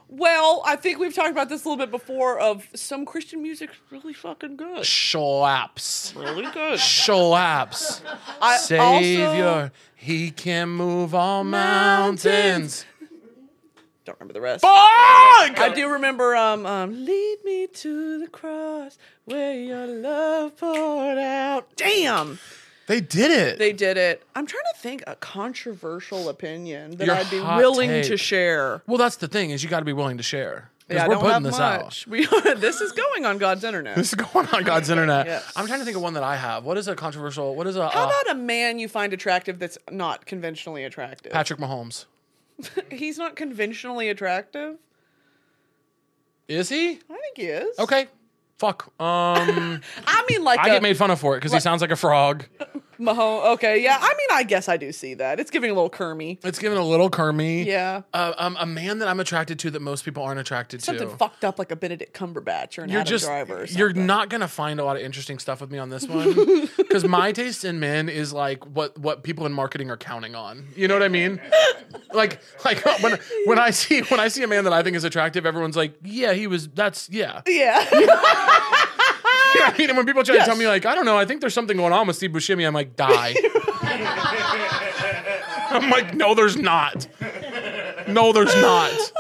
Speaker 2: Well, I think we've talked about this a little bit before. Of some Christian music's really fucking good,
Speaker 1: Schlaps.
Speaker 2: really good.
Speaker 1: Schlaps.
Speaker 2: I
Speaker 1: Savior,
Speaker 2: also
Speaker 1: he can move all mountains.
Speaker 2: don't remember the rest.
Speaker 1: Fuck!
Speaker 2: I do remember um, um lead me to the cross where your love poured out. Damn.
Speaker 1: They did it.
Speaker 2: They did it. I'm trying to think a controversial opinion that
Speaker 1: Your
Speaker 2: I'd be
Speaker 1: hot
Speaker 2: willing to
Speaker 1: take.
Speaker 2: share.
Speaker 1: well, that's the thing is you got to be willing to share. 'Cause
Speaker 2: Yeah, I
Speaker 1: we're
Speaker 2: don't
Speaker 1: putting
Speaker 2: have
Speaker 1: this out.
Speaker 2: much. We are, this is going on God's internet.
Speaker 1: This is going on God's internet.
Speaker 2: Yes.
Speaker 1: I'm trying to think of one that I have. What is a controversial? What is a
Speaker 2: How
Speaker 1: uh,
Speaker 2: about a man you find attractive that's not conventionally attractive?
Speaker 1: Patrick Mahomes?
Speaker 2: He's not conventionally attractive.
Speaker 1: Is he?
Speaker 2: I think he is.
Speaker 1: Okay. Fuck. Um,
Speaker 2: I mean, like
Speaker 1: I
Speaker 2: a
Speaker 1: get made fun of for it because he sounds like a frog.
Speaker 2: Mahone. Okay, yeah. I mean, I guess I do see that. It's giving a little Kermy.
Speaker 1: It's giving a little Kermy.
Speaker 2: Yeah.
Speaker 1: Uh, um, a man that I'm attracted to that most people aren't attracted
Speaker 2: Something
Speaker 1: to.
Speaker 2: fucked up like a Benedict Cumberbatch or an
Speaker 1: you're
Speaker 2: Adam
Speaker 1: just
Speaker 2: Driver. Or
Speaker 1: you're
Speaker 2: something.
Speaker 1: not gonna find a lot of interesting stuff with me on this one because my taste in men is like what what people in marketing are counting on you know what i mean like like when when i see when i see a man that i think is attractive everyone's like yeah he was that's yeah you
Speaker 2: Yeah.
Speaker 1: know what i mean and when people try
Speaker 2: Yes.
Speaker 1: to tell me like i don't know i think there's something going on with steve buscemi i'm like die i'm like no there's not no there's not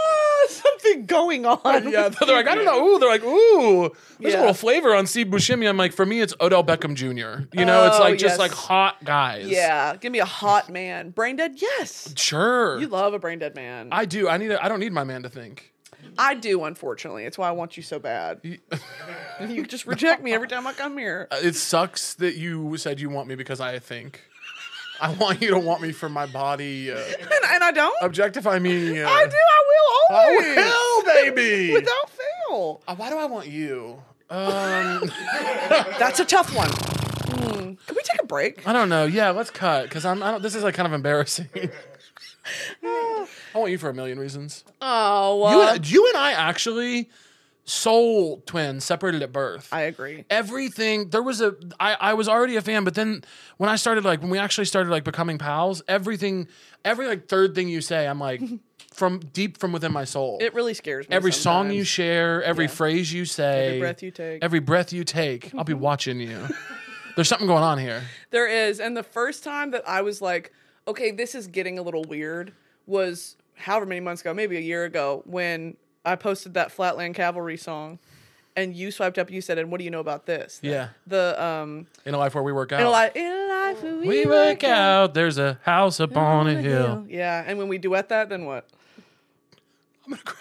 Speaker 2: something going on.
Speaker 1: Yeah, they're like, I don't know. Ooh, they're like, ooh, there's
Speaker 2: Yeah.
Speaker 1: a little flavor on Steve Buscemi. I'm like, for me, it's Odell Beckham Jr. You know, it's
Speaker 2: Oh,
Speaker 1: like just
Speaker 2: yes.
Speaker 1: like hot guys.
Speaker 2: Yeah, give me a hot man. Brain dead? Yes.
Speaker 1: sure.
Speaker 2: You love a brain dead man. I,
Speaker 1: I do. I need. A, I don't need my man to think.
Speaker 2: do, unfortunately. It's why I want you so bad. you just reject me every time I come here.
Speaker 1: Uh, It sucks that you said you want me because I think. I want you to want me for my body. Uh,
Speaker 2: And, and I don't.
Speaker 1: objectify me. Uh,
Speaker 2: I do. I will always.
Speaker 1: I will, baby.
Speaker 2: Without fail.
Speaker 1: Uh, Why do I want you? Um,
Speaker 2: That's a tough one. Hmm. Can we take a break?
Speaker 1: I don't know. Yeah, let's cut because I'm. I don't, this is like kind of embarrassing. I want you for a million reasons.
Speaker 2: Oh,
Speaker 1: You
Speaker 2: well.
Speaker 1: and, you and I actually soul twins separated at birth.
Speaker 2: I agree.
Speaker 1: Everything there was a I, I was already a fan, but then when I started like when we actually started like becoming pals, everything every like third thing you say, I'm like from deep from within my soul.
Speaker 2: It really scares me.
Speaker 1: every song you
Speaker 2: sometimes.
Speaker 1: share, every phrase you say,
Speaker 2: Every breath you take.
Speaker 1: every breath you take, I'll be
Speaker 2: Mm-hmm.
Speaker 1: watching you. There's something going on here.
Speaker 2: There is. And the first time that I was like, okay, this is getting a little weird was however many months ago, maybe a year ago, when I posted that Flatland Cavalry song and you swiped up, you said, and what do you know about this?
Speaker 1: Yeah.
Speaker 2: The um
Speaker 1: In a life where we work out.
Speaker 2: in a life, in a life we,
Speaker 1: we work out, there's a house up on a hill.
Speaker 2: Yeah. And when we duet that, then what?
Speaker 1: I'm gonna cry.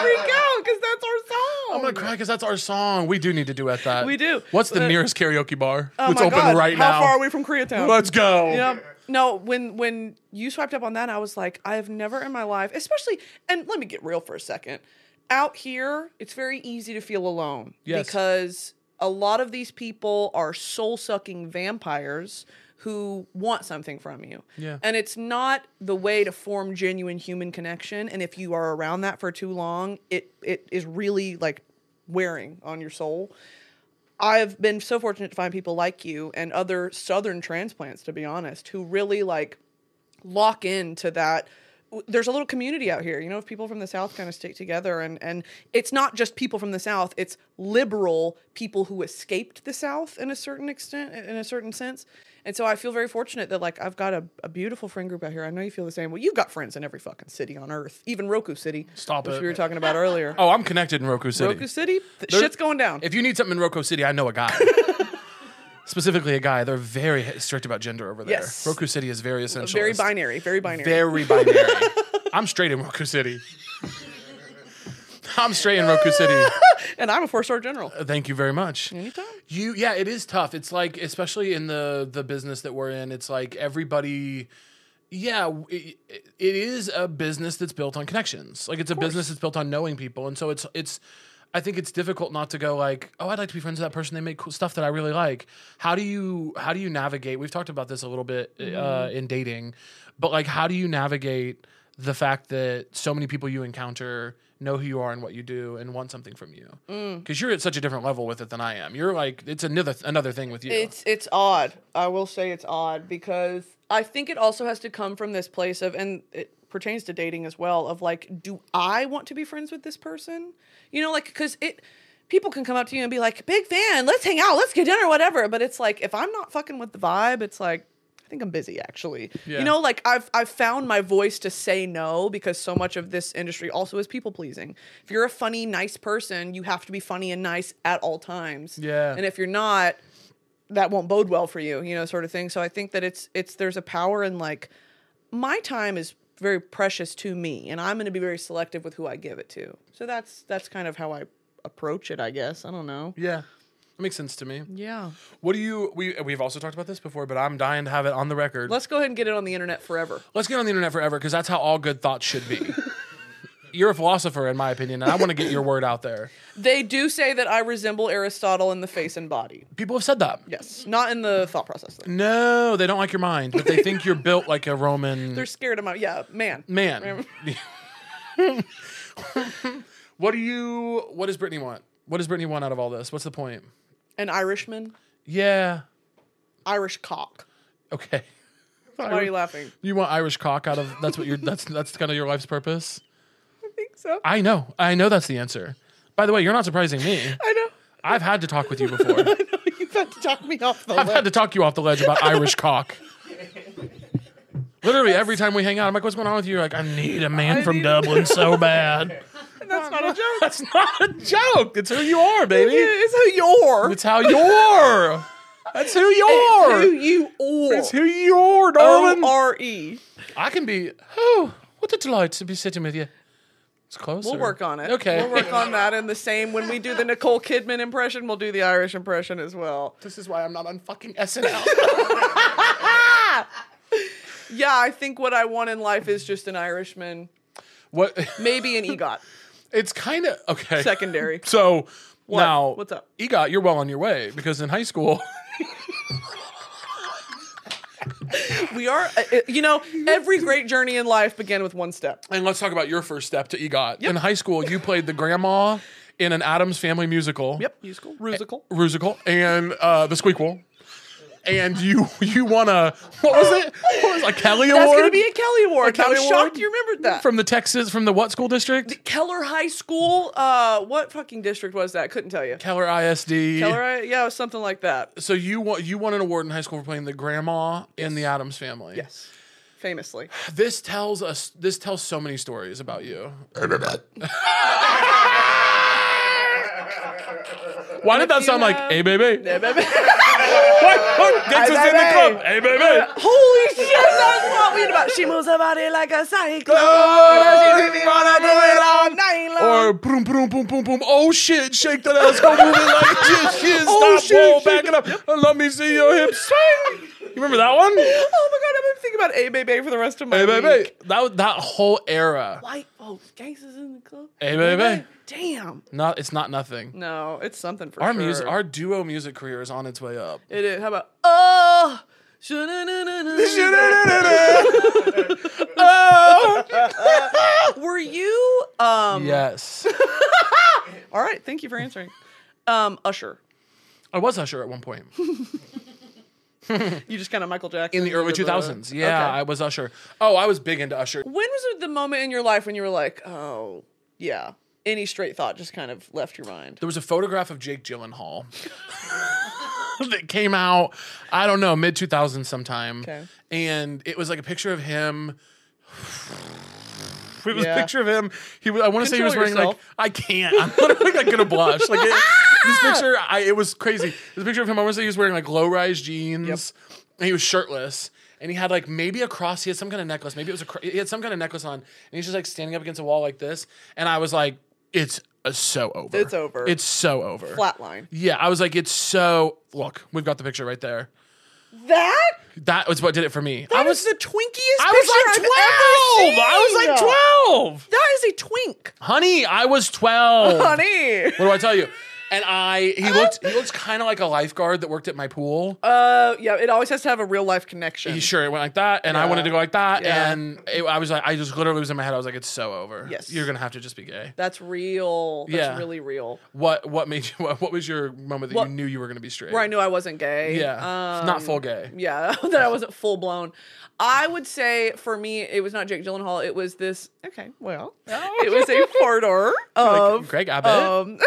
Speaker 2: Freak out, because that's our song.
Speaker 1: I'm gonna cry because that's our song. We do need to duet that.
Speaker 2: We do.
Speaker 1: What's the
Speaker 2: Uh,
Speaker 1: nearest karaoke bar?
Speaker 2: Oh
Speaker 1: that's
Speaker 2: my
Speaker 1: open
Speaker 2: God,
Speaker 1: right
Speaker 2: How
Speaker 1: now.
Speaker 2: far are we from Koreatown?
Speaker 1: Let's go.
Speaker 2: Yeah. No, when when you swiped up on that, I was like, I have never in my life, especially and let me get real for a second. Out here, it's very easy to feel alone
Speaker 1: Yes.
Speaker 2: because a lot of these people are soul-sucking vampires who want something from you.
Speaker 1: Yeah.
Speaker 2: And it's not the way to form genuine human connection, and if you are around that for too long, it it is really like wearing on your soul. I've been so fortunate to find people like you and other Southern transplants, to be honest, who really like lock into that. w- There's a little community out here, you know, if people from the South kind of stick together, and and it's not just people from the South; it's liberal people who escaped the South in a certain extent, in a certain sense. And so I feel very fortunate that like I've got a, a beautiful friend group out here. I know you feel the same. Well, you've got friends in every fucking city on Earth, even Roku City,
Speaker 1: Stop
Speaker 2: which
Speaker 1: it.
Speaker 2: we were talking about earlier.
Speaker 1: Oh, I'm connected in Roku City.
Speaker 2: Roku City, th-
Speaker 1: There-
Speaker 2: shit's going down.
Speaker 1: If you need something in Roku City, I know a guy. Specifically, a guy. They're very strict about gender over there.
Speaker 2: Yes.
Speaker 1: Roku City is very essential.
Speaker 2: very binary, very binary.
Speaker 1: Very binary. I'm straight in Roku City. I'm straight in Roku City.
Speaker 2: and I'm a four star general.
Speaker 1: Thank you very much.
Speaker 2: Anytime.
Speaker 1: You yeah, it is tough. It's like especially in the the business that we're in, it's like everybody yeah, w- it, it is a business that's built on connections. Like it's a business that's built on knowing people, and so it's it's. I think it's difficult not to go like, oh, I'd like to be friends with that person. They make cool stuff that I really like. How do you how do you navigate? We've talked about this a little bit uh, in dating, but like, how do you navigate the fact that so many people you encounter know who you are and what you do and want something from you? Because you're at such a different level with it than I am. You're like, it's another another thing with you.
Speaker 2: It's it's odd. I will say it's odd because I think it also has to come from this place of and it pertains to dating as well of like do I want to be friends with this person? You know like cuz it people can come up to you and be like big fan, let's hang out, let's get dinner whatever, but it's like if I'm not fucking with the vibe, it's like I think I'm busy actually.
Speaker 1: Yeah.
Speaker 2: You know like I've I've found my voice to say no because so much of this industry also is people pleasing. If you're a funny nice person, you have to be funny and nice at all times.
Speaker 1: Yeah.
Speaker 2: And if you're not, that won't bode well for you, you know, sort of thing. So I think that it's it's there's a power in like my time is very precious to me and I'm going to be very selective with who I give it to. So that's that's kind of how I approach it, I guess. I don't know.
Speaker 1: yeah, it makes sense to me.
Speaker 2: Yeah.
Speaker 1: What do you? We we've also talked about this before, but I'm dying to have it on the record. Let's,
Speaker 2: Let's go ahead and get it on the internet forever.
Speaker 1: get on the internet forever because that's how all good thoughts should be. You're a philosopher, in my opinion, and I want to get your word out there.
Speaker 2: They do say that I resemble Aristotle in the face and body.
Speaker 1: People have said that.
Speaker 2: Yes. Not in the thought process. Though.
Speaker 1: No, they don't like your mind, but they think you're built like a Roman
Speaker 2: They're scared of my yeah, man.
Speaker 1: man. what do you? What does Brittany want? What does Brittany want out of all this? What's the point?
Speaker 2: An Irishman,
Speaker 1: Yeah.
Speaker 2: Irish cock.
Speaker 1: Okay.
Speaker 2: Why are you laughing?
Speaker 1: You want Irish cock out of that's what you're that's that's kind of your life's purpose.
Speaker 2: I think so.
Speaker 1: I know. I know that's the answer. By the way, you're not surprising me.
Speaker 2: I know.
Speaker 1: I've had to talk with you before.
Speaker 2: I know you've had to talk me off the
Speaker 1: I've
Speaker 2: list.
Speaker 1: had to talk you off the ledge about Irish cock. Literally every time we hang out, I'm like, "What's going on with you?" You're like, I need a man
Speaker 2: I
Speaker 1: from
Speaker 2: need-
Speaker 1: Dublin so bad.
Speaker 2: That's not a joke.
Speaker 1: That's not a joke. It's who you are, baby.
Speaker 2: It's who you're.
Speaker 1: It's how you're. That's who you're.
Speaker 2: you are.
Speaker 1: It's who you're, darling.
Speaker 2: O R E.
Speaker 1: I can be. Oh, what a delight to be sitting with you. It's close.
Speaker 2: We'll work on it.
Speaker 1: Okay.
Speaker 2: We'll work on that and the same when we do the Nicole Kidman impression, we'll do the Irish impression as well.
Speaker 1: This is why I'm not on fucking SNL.
Speaker 2: Yeah, I think what I want in life is just an Irishman,
Speaker 1: what?
Speaker 2: maybe an EGOT
Speaker 1: It's kind of okay.
Speaker 2: secondary.
Speaker 1: So now,
Speaker 2: What's up?
Speaker 1: EGOT? You're well on your way because in high school,
Speaker 2: We are uh, uh, you know, every great journey in life began with one step.
Speaker 1: and let's talk about your first step to EGOT. In high school, you played the grandma in an Adams Family musical.
Speaker 2: musical, musical.
Speaker 1: Rusical and uh, the Squeakquel. And you you won a what was it? What was it, a Kelly
Speaker 2: That's
Speaker 1: Award
Speaker 2: going to be a Kelly Award.
Speaker 1: Kelly
Speaker 2: I was
Speaker 1: Award?
Speaker 2: shocked you remembered that.
Speaker 1: from the Texas from the what school district?
Speaker 2: Keller High School, uh, what fucking district was that? Couldn't tell you.
Speaker 1: Keller ISD.
Speaker 2: Keller, High- yeah, it was something like that.
Speaker 1: so you won you won an award in high school for playing the grandma in the Adams Family.
Speaker 2: Yes. Famously.
Speaker 1: This tells us. This tells so many stories about you. Why did that
Speaker 2: you
Speaker 1: sound like,
Speaker 2: have-
Speaker 1: hey baby?
Speaker 2: Yeah, baby.
Speaker 1: What? Look, Dix is in the
Speaker 2: baby.
Speaker 1: club. Hey baby.
Speaker 2: Holy shit, that's what we about. She moves her body like a cyclone.
Speaker 1: Or boom, boom, boom, boom, boom. Oh shit, shake that ass, go move it like shit, shit. Stop,
Speaker 2: Oh, shit,
Speaker 1: whoa,
Speaker 2: shit.
Speaker 1: back it up. Uh, Let me see your hips swing. You remember that one? Hey
Speaker 2: Oh my god, I've been thinking about A Baby for the rest of my
Speaker 1: baby,
Speaker 2: week.
Speaker 1: that was- that whole era.
Speaker 2: White folks, gangsters in the club.
Speaker 1: Hey baby,
Speaker 2: Damn.
Speaker 1: not it's not nothing.
Speaker 2: No, it's something for
Speaker 1: Our
Speaker 2: sure.
Speaker 1: music, our duo music career is on its way up.
Speaker 2: It is. How about oh. sha-na-na-na-na. Were you um
Speaker 1: yes,
Speaker 2: all right, thank you for answering. Um Usher.
Speaker 1: I was Usher at one point
Speaker 2: You just kind of Michael Jackson
Speaker 1: in the early
Speaker 2: did
Speaker 1: 2000s. Yeah,
Speaker 2: Okay.
Speaker 1: I was Usher. Oh, I was big into Usher.
Speaker 2: When was it the moment in your life when you were like, oh, yeah, any straight thought just kind of left your mind?
Speaker 1: There was a photograph of Jake Gyllenhaal that came out, I don't know, mid 2000s sometime.
Speaker 2: Okay.
Speaker 1: And it was like a picture of him. It was a
Speaker 2: Yeah.
Speaker 1: picture of him. He was, I want to say he was
Speaker 2: Control
Speaker 1: wearing like, I can't. I'm literally like gonna blush. Like it, this picture, I, it was crazy. This picture of him, I want to say he was wearing like low rise jeans. And he was shirtless. And he had like maybe a cross. He had some kind of necklace. Maybe it was a. cro- He had some kind of necklace on. And he's just like standing up against a wall like this. And I was like, it's uh, so over.
Speaker 2: It's over.
Speaker 1: It's so over.
Speaker 2: Flatline.
Speaker 1: Yeah, I was like, it's so. Look, we've got the picture right there.
Speaker 2: That
Speaker 1: That was what did it for me. I
Speaker 2: that
Speaker 1: was
Speaker 2: is the twinkiest
Speaker 1: I was like
Speaker 2: picture I've ever
Speaker 1: twelve. I was like
Speaker 2: seen.
Speaker 1: twelve.
Speaker 2: That is a twink,
Speaker 1: Honey, I was twelve.
Speaker 2: honey.
Speaker 1: What do I tell you? And I, he looked, he looks kind of like a lifeguard that worked at my pool.
Speaker 2: Uh, yeah, it always has to have a real life connection.
Speaker 1: He sure it went like that, and I wanted to go like that,
Speaker 2: Yeah.
Speaker 1: and it, I was like, I just literally was in my head. I was like, it's so over.
Speaker 2: Yes.
Speaker 1: you're gonna have to just be gay.
Speaker 2: That's real. That's
Speaker 1: Yeah.
Speaker 2: really real.
Speaker 1: What what made you? What, what was your moment that
Speaker 2: What-
Speaker 1: you knew you were gonna be straight?
Speaker 2: Where I knew I wasn't gay.
Speaker 1: Yeah,
Speaker 2: Um,
Speaker 1: not full gay.
Speaker 2: Yeah, that I wasn't full blown. I would say for me, it was not Jake Gyllenhaal. It was this. Okay, well,
Speaker 1: Oh.
Speaker 2: it was a corridor of
Speaker 1: Greg Abbott,
Speaker 2: um,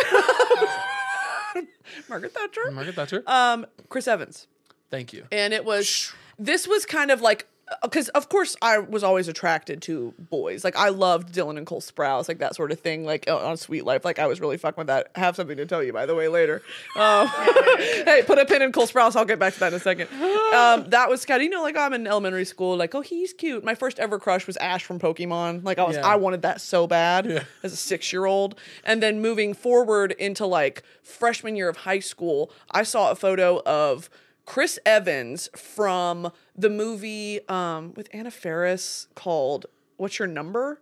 Speaker 2: Margaret Thatcher,
Speaker 1: Margaret Thatcher.
Speaker 2: um, Chris Evans,
Speaker 1: Thank you.
Speaker 2: and it was. This was kind of like because of course I was always attracted to boys. Like I loved Dylan and Cole Sprouse, like that sort of thing. Like on on Sweet Life, like I was really fucking with that. I have something to tell you by the way later. Um, hey, put a pin in Cole Sprouse. I'll get back to that in a second. Um, that was kind of you know like I'm in elementary school. Like oh he's cute. My first ever crush was Ash from Pokemon. Like I was
Speaker 1: Yeah.
Speaker 2: I wanted that so bad as a six year old. And then moving forward into like freshman year of high school, I saw a photo of Chris Evans from the movie um, with Anna Faris called "What's Your Number?"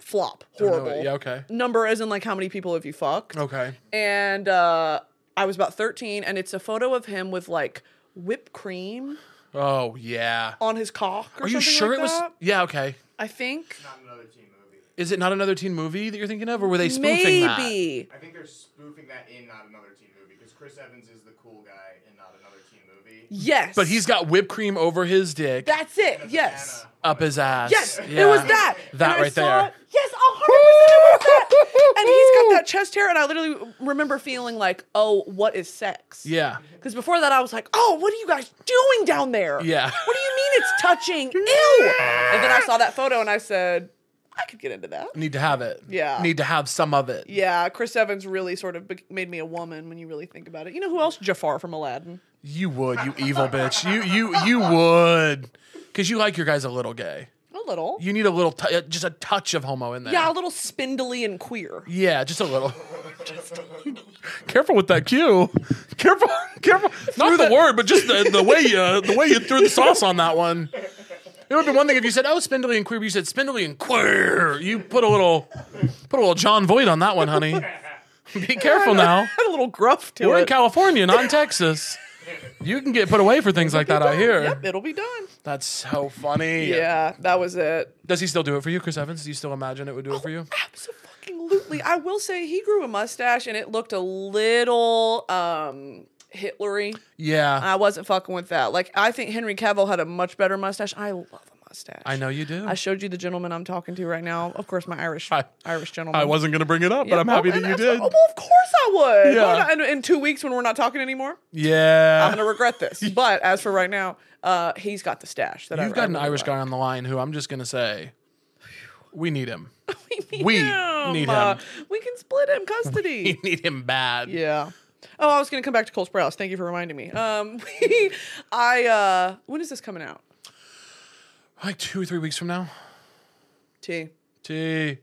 Speaker 2: Flop,
Speaker 1: know it.
Speaker 2: horrible.
Speaker 1: Yeah, okay.
Speaker 2: Number as in like how many people have you fucked?
Speaker 1: Okay.
Speaker 2: And uh, I was about thirteen, and it's a photo of him with like whipped cream
Speaker 1: Oh yeah.
Speaker 2: on his cock. Or
Speaker 1: Are you
Speaker 2: something
Speaker 1: sure
Speaker 2: like
Speaker 1: it was?
Speaker 2: that,
Speaker 1: Yeah. Okay.
Speaker 2: I think
Speaker 7: Another teen movie.
Speaker 1: Is it not another teen movie that you're thinking of, or were they spoofing that?
Speaker 2: maybe.
Speaker 7: I think they're spoofing that in not another teen movie because Chris Evans is the cool guy in not another teen movie.
Speaker 2: Yes,
Speaker 1: But he's got whipped cream over his dick,
Speaker 2: That's it. Yes.
Speaker 7: Anna.
Speaker 1: up his ass.
Speaker 2: Yes,
Speaker 1: Yeah.
Speaker 2: it was that.
Speaker 1: That
Speaker 2: And I
Speaker 1: right
Speaker 2: saw
Speaker 1: there.
Speaker 2: it. Yes, a hundred percent it was that. And he's got that chest hair, and I literally remember feeling like, "Oh, what is sex?"
Speaker 1: Yeah.
Speaker 2: Because before that, I was like, "Oh, what are you guys doing down there?"
Speaker 1: Yeah.
Speaker 2: What do you mean it's touching? Ew. And then I saw that photo, and I said, "I could get into that."
Speaker 1: Need to have it.
Speaker 2: Yeah.
Speaker 1: Need to have some of it.
Speaker 2: Yeah, Chris Evans really sort of bec- made me a woman when you really think about it. You know who else? Jafar from Aladdin.
Speaker 1: You would, you evil bitch. You you you would, because you like your guys a little gay.
Speaker 2: A little.
Speaker 1: You need a little, t- just a touch of homo in there.
Speaker 2: yeah, a little spindly and queer.
Speaker 1: Yeah, just a little. careful with that cue. Careful, careful. Not the, word, but just the, the way you the way you threw the sauce on that one. It would have been one thing if you said, "Oh, spindly and queer," but you said "spindly and queer." You put a little put a little John Voight on that one, honey. Be careful now.
Speaker 2: Had a little gruff to
Speaker 1: We're in
Speaker 2: it.
Speaker 1: California, not in Texas. You can get put away for things like that out here.
Speaker 2: Yep, it'll be done.
Speaker 1: That's so funny.
Speaker 2: Yeah, that was it.
Speaker 1: Does he still do it for you, Chris Evans? Do you still imagine it would do it for you?
Speaker 2: Oh. Absolutely. I will say he grew a mustache and it looked a little um Hitlery.
Speaker 1: Yeah.
Speaker 2: I wasn't fucking with that. Like I think Henry Cavill had a much better mustache. I love a mustache.
Speaker 1: I know you do.
Speaker 2: I showed you the gentleman I'm talking to right now. Of course, my Irish
Speaker 1: I-
Speaker 2: Irish gentleman.
Speaker 1: I wasn't going to bring it up,
Speaker 2: Yeah,
Speaker 1: but I'm happy
Speaker 2: oh,
Speaker 1: that you
Speaker 2: and-
Speaker 1: did.
Speaker 2: Well, of course I would.
Speaker 1: Yeah.
Speaker 2: Why not? In, in two weeks when we're not talking anymore, I'm
Speaker 1: Yeah.
Speaker 2: gonna regret this. But as for right now, uh, he's got the stash that I-
Speaker 1: You've got an
Speaker 2: I really
Speaker 1: Irish
Speaker 2: like.
Speaker 1: guy on the line who I'm just going to say, we need him.
Speaker 2: need
Speaker 1: We
Speaker 2: him.
Speaker 1: need
Speaker 2: Uh,
Speaker 1: him.
Speaker 2: we can split him custody.
Speaker 1: We need him bad.
Speaker 2: Yeah. Oh, I was going to come back to Cole Sprouse. Thank you for reminding me. Um, we, I uh, when is this coming out?
Speaker 1: Like two or three weeks from now.
Speaker 2: T.
Speaker 1: Gee.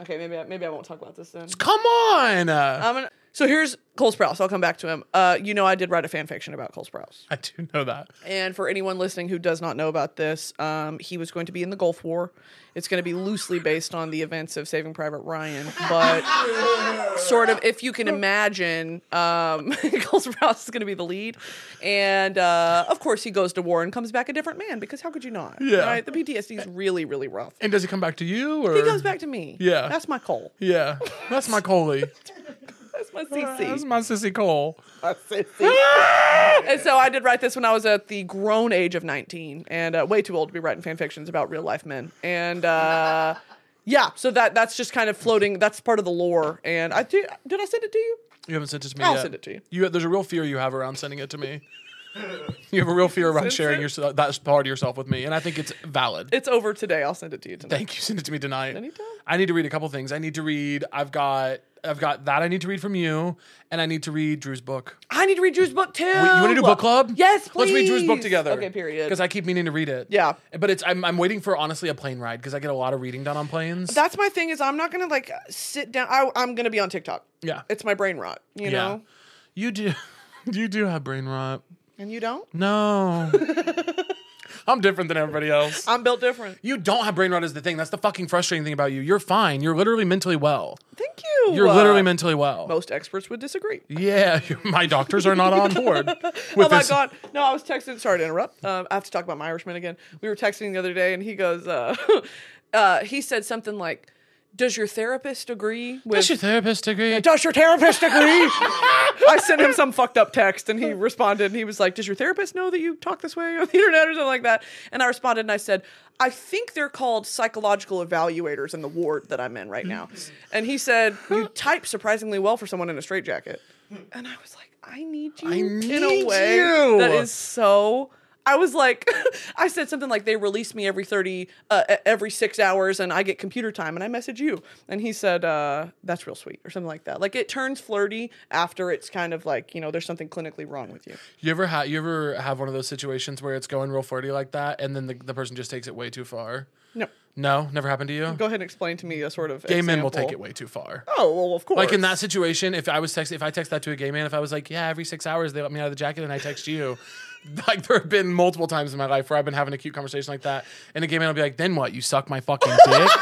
Speaker 2: Okay, maybe I, maybe I won't talk about this then.
Speaker 1: Come on. Uh,
Speaker 2: I'm gonna, so here's Cole Sprouse. I'll come back to him. Uh, you know, I did write a fan fiction about Cole Sprouse.
Speaker 1: I do know that.
Speaker 2: And for anyone listening who does not know about this, um, he was going to be in the Gulf War. It's going to be loosely based on the events of Saving Private Ryan, but sort of, if you can imagine, um, Coles Rouse is going to be the lead. And uh, of course, he goes to war and comes back a different man because how could you not?
Speaker 1: Yeah.
Speaker 2: Right? The PTSD is really, really rough.
Speaker 1: And does he come back to you? Or?
Speaker 2: He goes back to me.
Speaker 1: Yeah.
Speaker 2: That's my Cole.
Speaker 1: Yeah. That's my Coley.
Speaker 2: That's my
Speaker 1: That's
Speaker 2: CC.
Speaker 1: my sissy Cole.
Speaker 2: And so I did write this when I was at the grown age of 19 and uh, way too old to be writing fan fictions about real life men. And uh, yeah, so that that's just kind of floating. That's part of the lore. And I did, did I send it to you?
Speaker 1: You haven't sent it to me
Speaker 2: I'll
Speaker 1: yet.
Speaker 2: send it to you.
Speaker 1: There's a real fear you have around sending it to me. you have a real fear around sharing your, that part of yourself with me, and I think it's valid.
Speaker 2: It's over today. I'll send it to you tonight.
Speaker 1: Thank you. Send it to me tonight.
Speaker 2: Anytime.
Speaker 1: I need to read a couple things. I need to read. I've got. I've got that I need to read from you, and I need to read Drew's book.
Speaker 2: I need to read Drew's book too.
Speaker 1: Wait, you want to do book club?
Speaker 2: Oh, Yes, please.
Speaker 1: Let's read Drew's book together.
Speaker 2: Okay, period.
Speaker 1: Because I keep meaning to read it.
Speaker 2: Yeah.
Speaker 1: But it's I'm I'm waiting for honestly a plane ride because I get a lot of reading done on planes.
Speaker 2: That's my thing is I'm not gonna like sit down. I, I'm gonna be on TikTok.
Speaker 1: yeah.
Speaker 2: It's my brain rot, you
Speaker 1: Yeah.
Speaker 2: know.
Speaker 1: You do. You do have brain rot.
Speaker 2: And you don't.
Speaker 1: No. I'm different than everybody else.
Speaker 2: I'm built different.
Speaker 1: You don't have brain rot is the thing. That's the fucking frustrating thing about you. You're fine. You're literally mentally well.
Speaker 2: Thank you.
Speaker 1: You're
Speaker 2: Uh,
Speaker 1: literally mentally well.
Speaker 2: Most experts would disagree.
Speaker 1: Yeah, my doctors are not on board. With
Speaker 2: oh my
Speaker 1: this.
Speaker 2: god! No, I was texting. Sorry to interrupt. Um, I have to talk about my Irishman again. We were texting the other day, and he goes, uh, uh, he said something like, "Does your therapist agree with?"
Speaker 1: Does your therapist agree?
Speaker 2: Does your therapist agree? I sent him some fucked up text and he responded and he was like, Does your therapist know that you talk this way on the internet or something like that? And I responded and I said, I think they're called psychological evaluators in the ward that I'm in right now. And he said, You type surprisingly well for someone in a straitjacket. And I was like, I need you
Speaker 1: I
Speaker 2: in a
Speaker 1: need
Speaker 2: way
Speaker 1: you.
Speaker 2: that is so. I was like, I said something like, they release me every 30, uh, e- every six hours and I get computer time and I message you. And he said, uh, that's real sweet or something like that. Like it turns flirty after it's kind of like, you know, there's something clinically wrong with you.
Speaker 1: You ever have you ever have one of those situations where it's going real flirty like that, and then the, the person just takes it way too far?
Speaker 2: No,
Speaker 1: No, never happened to you.
Speaker 2: go ahead and explain to me a sort of
Speaker 1: Gay men will
Speaker 2: example.
Speaker 1: take it way too far.
Speaker 2: Oh, well, of course.
Speaker 1: Like in that situation, if I was text, if I text that to a gay man, if I was like, yeah, every six hours they let me out of the jacket, and I text you, like there have been multiple times in my life where I've been having a cute conversation like that, and a gay man will be like, then what? You suck my fucking dick. I'm like,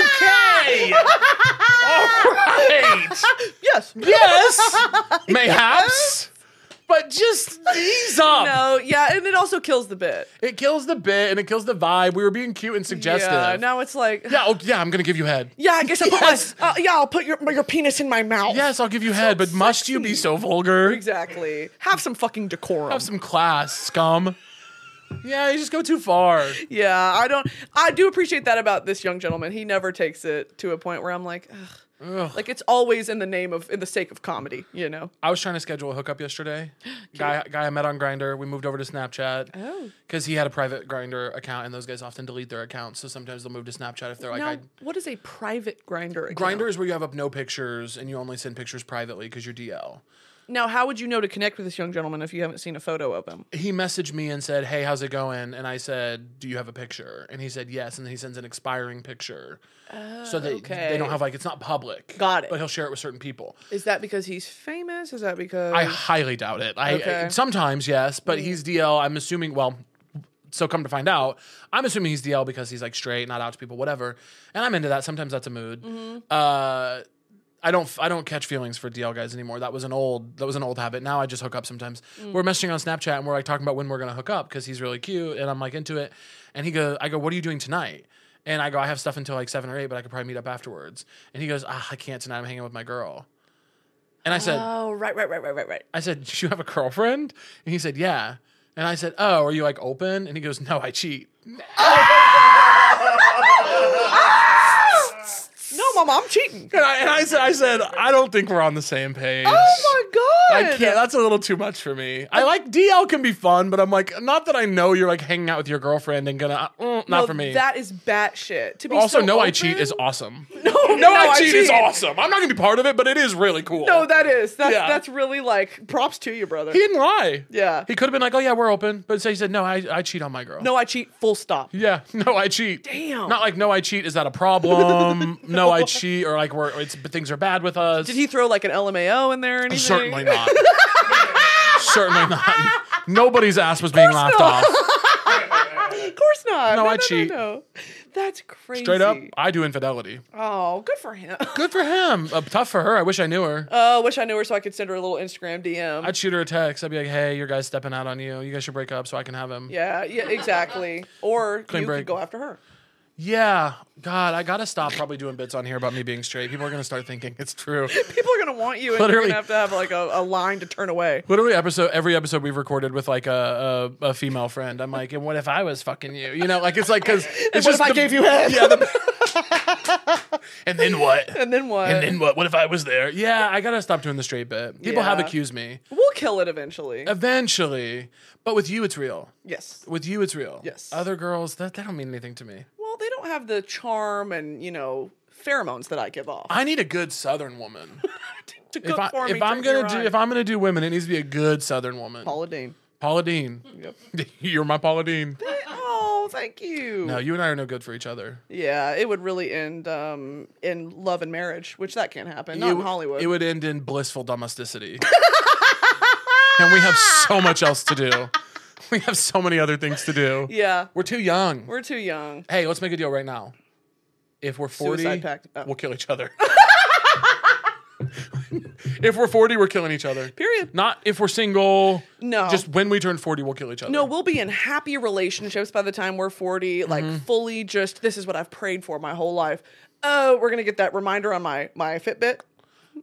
Speaker 1: okay, all right,
Speaker 2: Yes.
Speaker 1: yes, mayhaps, but just ease up.
Speaker 2: No, yeah. And it also kills the bit.
Speaker 1: It kills the bit and it kills the vibe. We were being cute and suggestive.
Speaker 2: Yeah. Now it's like,
Speaker 1: yeah, oh, yeah, I'm gonna give you head.
Speaker 2: yeah, I guess I'll put
Speaker 1: Yes.
Speaker 2: my, uh, yeah, I'll put your, your penis in my mouth.
Speaker 1: Yes, I'll give you head, but must you be so vulgar?
Speaker 2: Exactly. Have some fucking decorum.
Speaker 1: Have some class, scum. Yeah, you just go too far.
Speaker 2: Yeah, I don't. I do appreciate that about this young gentleman. He never takes it to a point where I'm like, ugh. like it's always in the name of, in the sake of comedy, you know.
Speaker 1: I was trying to schedule a hookup yesterday. guy, guy I met on Grinder. We moved over to Snapchat.
Speaker 2: Oh.
Speaker 1: because he had a private Grinder account, and those guys often delete their accounts. So sometimes they'll move to Snapchat if they're like,
Speaker 2: now,
Speaker 1: I,
Speaker 2: what is a private grinder? account?
Speaker 1: Grinder is where you have up no pictures and you only send pictures privately because you're DL.
Speaker 2: Now, how would you know to connect with this young gentleman if you haven't seen a photo of him?
Speaker 1: he messaged me and said, "Hey, how's it going?" And I said, "Do you have a picture?" And he said, "Yes." And then he sends an expiring picture, so that they
Speaker 2: okay.
Speaker 1: don't have like it's not public.
Speaker 2: Got it.
Speaker 1: But he'll share it with certain people.
Speaker 2: Is that because he's famous? Is that because
Speaker 1: I highly doubt it. I
Speaker 2: Okay.
Speaker 1: sometimes yes, but he's DL. I'm assuming. Well, so come to find out, I'm assuming he's DL because he's like straight, not out to people, whatever. And I'm into that. Sometimes that's a mood. Uh, I don't. I don't catch feelings for DL guys anymore. That was an old. That was an old habit. Now I just hook up sometimes. We're messaging on Snapchat and we're like talking about when we're gonna hook up because he's really cute and I'm like into it. And he goes, I go, what are you doing tonight? And I go, I have stuff until like seven or eight, but I could probably meet up afterwards. And he goes, ah, I can't tonight. I'm hanging with my girl. And I said,
Speaker 2: Oh, right, right, right, right, right, right.
Speaker 1: I said, Do you have a girlfriend? And he said, Yeah. And I said, Oh, are you like open? And he goes, No, I cheat.
Speaker 2: No, mama, I'm cheating.
Speaker 1: And I, and I said, I said, I don't think we're on the same page.
Speaker 2: Oh my
Speaker 1: I
Speaker 2: god!
Speaker 1: can't. That's a little too much for me. I like DL can be fun, but I'm like, not that I know you're like hanging out with your girlfriend and gonna. uh, mm, not
Speaker 2: No,
Speaker 1: for me.
Speaker 2: That is batshit. To be
Speaker 1: also,
Speaker 2: so
Speaker 1: no, I
Speaker 2: open-
Speaker 1: cheat is awesome.
Speaker 2: no, no,
Speaker 1: no, I, cheat, is awesome. I'm not gonna be part of it, but it is really cool.
Speaker 2: No, that is that's
Speaker 1: Yeah.
Speaker 2: that's really like props to you, brother.
Speaker 1: he didn't lie.
Speaker 2: Yeah.
Speaker 1: he could have been like, "Oh yeah, we're open," but so he said, "No, I, I cheat on my girl."
Speaker 2: No, I cheat. Full stop.
Speaker 1: Yeah, no, I cheat.
Speaker 2: Damn.
Speaker 1: Not like no, I cheat. Is that a problem? no. I cheat, or like we're it's but things are bad with us.
Speaker 2: Did he throw like an LMAO in there or anything?
Speaker 1: Certainly not. Certainly not. Nobody's ass was being laughed off.
Speaker 2: Of course not.
Speaker 1: No,
Speaker 2: No,
Speaker 1: I
Speaker 2: no, no,
Speaker 1: cheat.
Speaker 2: no. That's crazy.
Speaker 1: Straight up, I do infidelity.
Speaker 2: Oh, good for him.
Speaker 1: Good for him. Uh, tough for her. I wish I knew her.
Speaker 2: Oh, wish I knew her so I could send her a little Instagram DM.
Speaker 1: I'd shoot her a text. I'd be like, "Hey, your guy's stepping out on you. You guys should break up so I can have him."
Speaker 2: yeah, yeah, exactly. Or
Speaker 1: Clean
Speaker 2: you
Speaker 1: break.
Speaker 2: could go after her.
Speaker 1: Yeah. God, I gotta stop probably doing bits on here about me being straight. People are gonna start thinking it's true.
Speaker 2: People are gonna want you, and
Speaker 1: Literally.
Speaker 2: you're gonna have to have like a, a line to turn away.
Speaker 1: Literally, episode every episode we've recorded with like a, a, a female friend. I'm like, and what if I was fucking you? You know, like it's like because it's
Speaker 2: what
Speaker 1: just
Speaker 2: if I
Speaker 1: the-
Speaker 2: gave you head?
Speaker 1: Yeah. the- and then what?
Speaker 2: And then what?
Speaker 1: And then what? What if I was there? Yeah, I gotta stop doing the straight bit. People have
Speaker 2: Yeah.
Speaker 1: accused me.
Speaker 2: we'll kill it eventually.
Speaker 1: Eventually, but with you, it's real.
Speaker 2: yes.
Speaker 1: With you, it's real.
Speaker 2: Yes.
Speaker 1: Other girls, that that don't mean anything to me.
Speaker 2: Well, they don't don't have the charm and you know pheromones that I give off.
Speaker 1: I need a good Southern woman.
Speaker 2: to cook
Speaker 1: If, I,
Speaker 2: for me,
Speaker 1: if I'm
Speaker 2: turn your
Speaker 1: gonna do,
Speaker 2: eye.
Speaker 1: if I'm gonna do women, it needs to be a good Southern woman.
Speaker 2: Paula Dean.
Speaker 1: Paula Dean.
Speaker 2: Yep.
Speaker 1: You're my Paula Dean.
Speaker 2: oh, thank you.
Speaker 1: No, you and I are no good for each other.
Speaker 2: Yeah, it would really end um, in love and marriage, which that can't happen. Not
Speaker 1: it,
Speaker 2: in
Speaker 1: w-
Speaker 2: Hollywood.
Speaker 1: It would end in blissful domesticity. and we have so much else to do. We have so many other things to do.
Speaker 2: yeah,
Speaker 1: We're too young.
Speaker 2: we're too young.
Speaker 1: hey, let's make a deal right now. If we're 40,
Speaker 2: Suicide pact. Oh.
Speaker 1: we'll kill each other. if we're 40, we're killing each other.
Speaker 2: Period.
Speaker 1: Not if we're single.
Speaker 2: No.
Speaker 1: Just when we turn 40, we'll kill each other.
Speaker 2: No, we'll be in happy relationships by the time we're 40, like
Speaker 1: Mm-hmm.
Speaker 2: fully just this is what I've prayed for my whole life. Oh, we're going to get that reminder on my my Fitbit.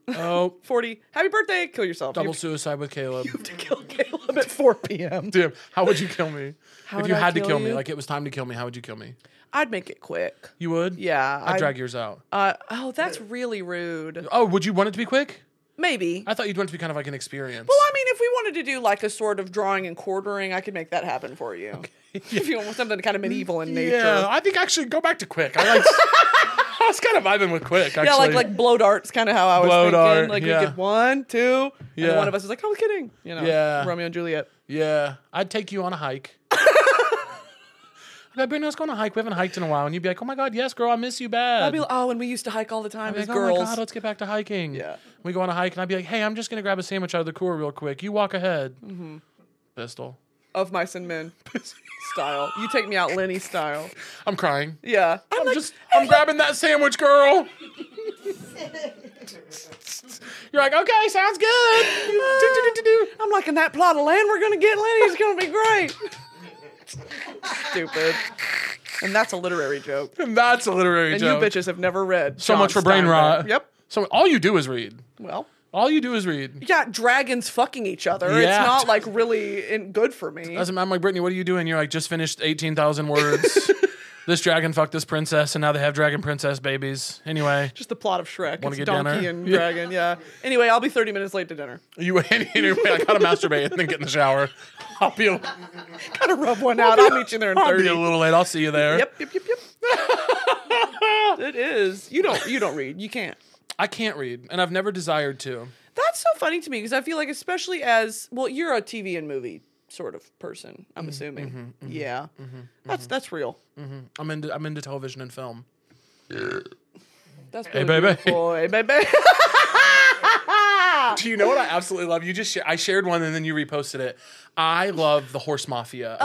Speaker 1: Oh,
Speaker 2: 40. Happy birthday. Kill yourself.
Speaker 1: double
Speaker 2: You
Speaker 1: suicide with Caleb.
Speaker 2: have to kill Caleb at 4 p.m.
Speaker 1: Damn, how would you kill me? if
Speaker 2: would
Speaker 1: you
Speaker 2: I
Speaker 1: had to
Speaker 2: kill
Speaker 1: kill me,
Speaker 2: you?
Speaker 1: like it was time to kill me, how would you kill me?
Speaker 2: I'd make it quick.
Speaker 1: You would?
Speaker 2: Yeah.
Speaker 1: I'd drag yours out.
Speaker 2: Uh, oh, that's really rude.
Speaker 1: Oh, would you want it to be quick?
Speaker 2: Maybe.
Speaker 1: I thought you'd want it to be kind of like an experience.
Speaker 2: Well, I mean, if we wanted to do like a sort of drawing and quartering, I could make that happen for you. If you want something kind of medieval in nature.
Speaker 1: yeah,
Speaker 2: Yeah,
Speaker 1: I think actually go back to quick. I like. I was kind of vibing with quick. Actually.
Speaker 2: like like blow darts, kind of how I was
Speaker 1: Blow
Speaker 2: thinking.
Speaker 1: dart,
Speaker 2: like
Speaker 1: yeah.
Speaker 2: we get one, two,
Speaker 1: Yeah.
Speaker 2: and one of us is like, "I was kidding," you know.
Speaker 1: Yeah.
Speaker 2: Romeo and Juliet.
Speaker 1: yeah, I'd take you on a hike. I'd be like, let's go on a hike. We haven't hiked in a while, and you'd be like, "Oh my god, yes, girl, I miss you bad."
Speaker 2: I'd be like, "Oh, and we used to hike all the time
Speaker 1: I'd be
Speaker 2: as
Speaker 1: like, "Oh
Speaker 2: girls."
Speaker 1: my god, let's get back to hiking."
Speaker 2: Yeah.
Speaker 1: we go on a hike, and I'd be like, "Hey, I'm just gonna grab a sandwich out of the cooler real quick. You walk ahead." Mm-hmm. Pistol.
Speaker 2: of mice and men style. You take me out, Lenny style.
Speaker 1: I'm crying.
Speaker 2: Yeah.
Speaker 1: I'm just, I'm grabbing that sandwich, girl. You're like, okay, sounds good. Do, do, do, do, do.
Speaker 2: I'm like in that plot of land we're gonna get, Lenny. It's gonna be great. Stupid. And that's a literary joke.
Speaker 1: And that's a literary
Speaker 2: And
Speaker 1: joke.
Speaker 2: you bitches have never read.
Speaker 1: so
Speaker 2: John
Speaker 1: much for brain
Speaker 2: Steinbeck.
Speaker 1: rot.
Speaker 2: Yep.
Speaker 1: So all you do is read.
Speaker 2: Well,
Speaker 1: All you do is read.
Speaker 2: you got dragons fucking each other.
Speaker 1: Yeah.
Speaker 2: It's not like really in, good for me.
Speaker 1: Doesn't matter. I'm like, Brittany, what are you doing? You're like, just finished 18,000 words. this dragon fucked this princess, and now they have dragon princess babies. Anyway,
Speaker 2: Just the plot of Shrek.
Speaker 1: Wanna
Speaker 2: It's
Speaker 1: get
Speaker 2: donkey
Speaker 1: dinner?
Speaker 2: and
Speaker 1: Yeah.
Speaker 2: dragon. Yeah. Anyway, I'll be 30 minutes late to dinner.
Speaker 1: you anyway, I gotta masturbate and then get in the shower. I'll be, a,
Speaker 2: Gotta rub one out. I'll meet you there in
Speaker 1: I'll
Speaker 2: 30.
Speaker 1: be a little late. I'll see you there.
Speaker 2: Yep, yep, yep, yep. it is. You don't. You don't read. You can't.
Speaker 1: I can't read, and I've never desired to.
Speaker 2: That's so funny to me because I feel like, especially as well, you're a TV and movie sort of person. I'm
Speaker 1: Mm-hmm,
Speaker 2: assuming. yeah, that's that's real.
Speaker 1: I'm into I'm into television and film.
Speaker 2: That's
Speaker 1: Hey,
Speaker 2: really
Speaker 1: baby.
Speaker 2: beautiful. Hey, baby.
Speaker 1: Do you know what I absolutely love? You just sh- I shared one and then you reposted it. I love the Horse Mafia account.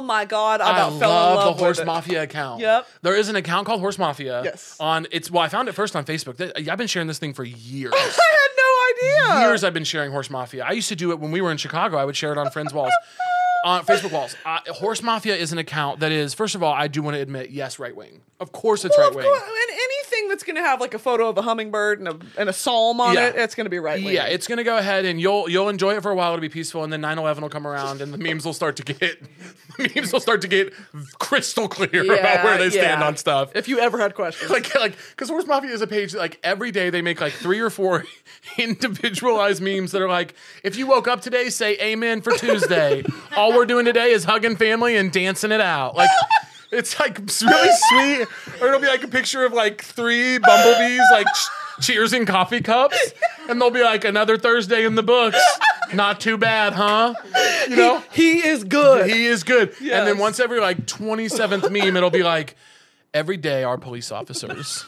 Speaker 2: oh my God! I
Speaker 1: I
Speaker 2: about
Speaker 1: love,
Speaker 2: fell in love
Speaker 1: the Horse
Speaker 2: with it.
Speaker 1: Mafia account.
Speaker 2: Yep.
Speaker 1: There is an account called Horse Mafia.
Speaker 2: Yes.
Speaker 1: On it's well, I found it first on Facebook. Th- I've been sharing this thing for years.
Speaker 2: I had no idea.
Speaker 1: years I've been sharing Horse Mafia. I used to do it when we were in Chicago. I would share it on friends' walls, on Facebook walls. Uh, Horse Mafia is an account that is first of all, I do want to admit, yes, right wing. Of course, it's
Speaker 2: Well,
Speaker 1: right
Speaker 2: of
Speaker 1: wing.
Speaker 2: course, and anything that's going to have like a photo of a hummingbird and a and a psalm on
Speaker 1: Yeah.
Speaker 2: it, it's going to be right wing.
Speaker 1: Yeah, it's gonna go ahead and you'll you'll enjoy it for a while. It'll be peaceful, and then 9-11 will come around, and the memes will start to get the memes will start to get crystal clear about where they stand
Speaker 2: yeah.
Speaker 1: on stuff.
Speaker 2: If you ever had questions,
Speaker 1: Like like because Horse Mafia is a page that, like every day they make like three or four individualized memes that are like, if you woke up today, say amen for Tuesday. All we're doing today is hugging family and dancing it out. Like. It's like really sweet, or it'll be like a picture of like three bumblebees like ch- cheersing coffee cups, and they'll be like another Thursday in the books. Not too bad, huh? You know,
Speaker 2: he is good.
Speaker 1: he is good. And then
Speaker 2: Yes.
Speaker 1: once every like 27th meme, it'll be like, every day our police officers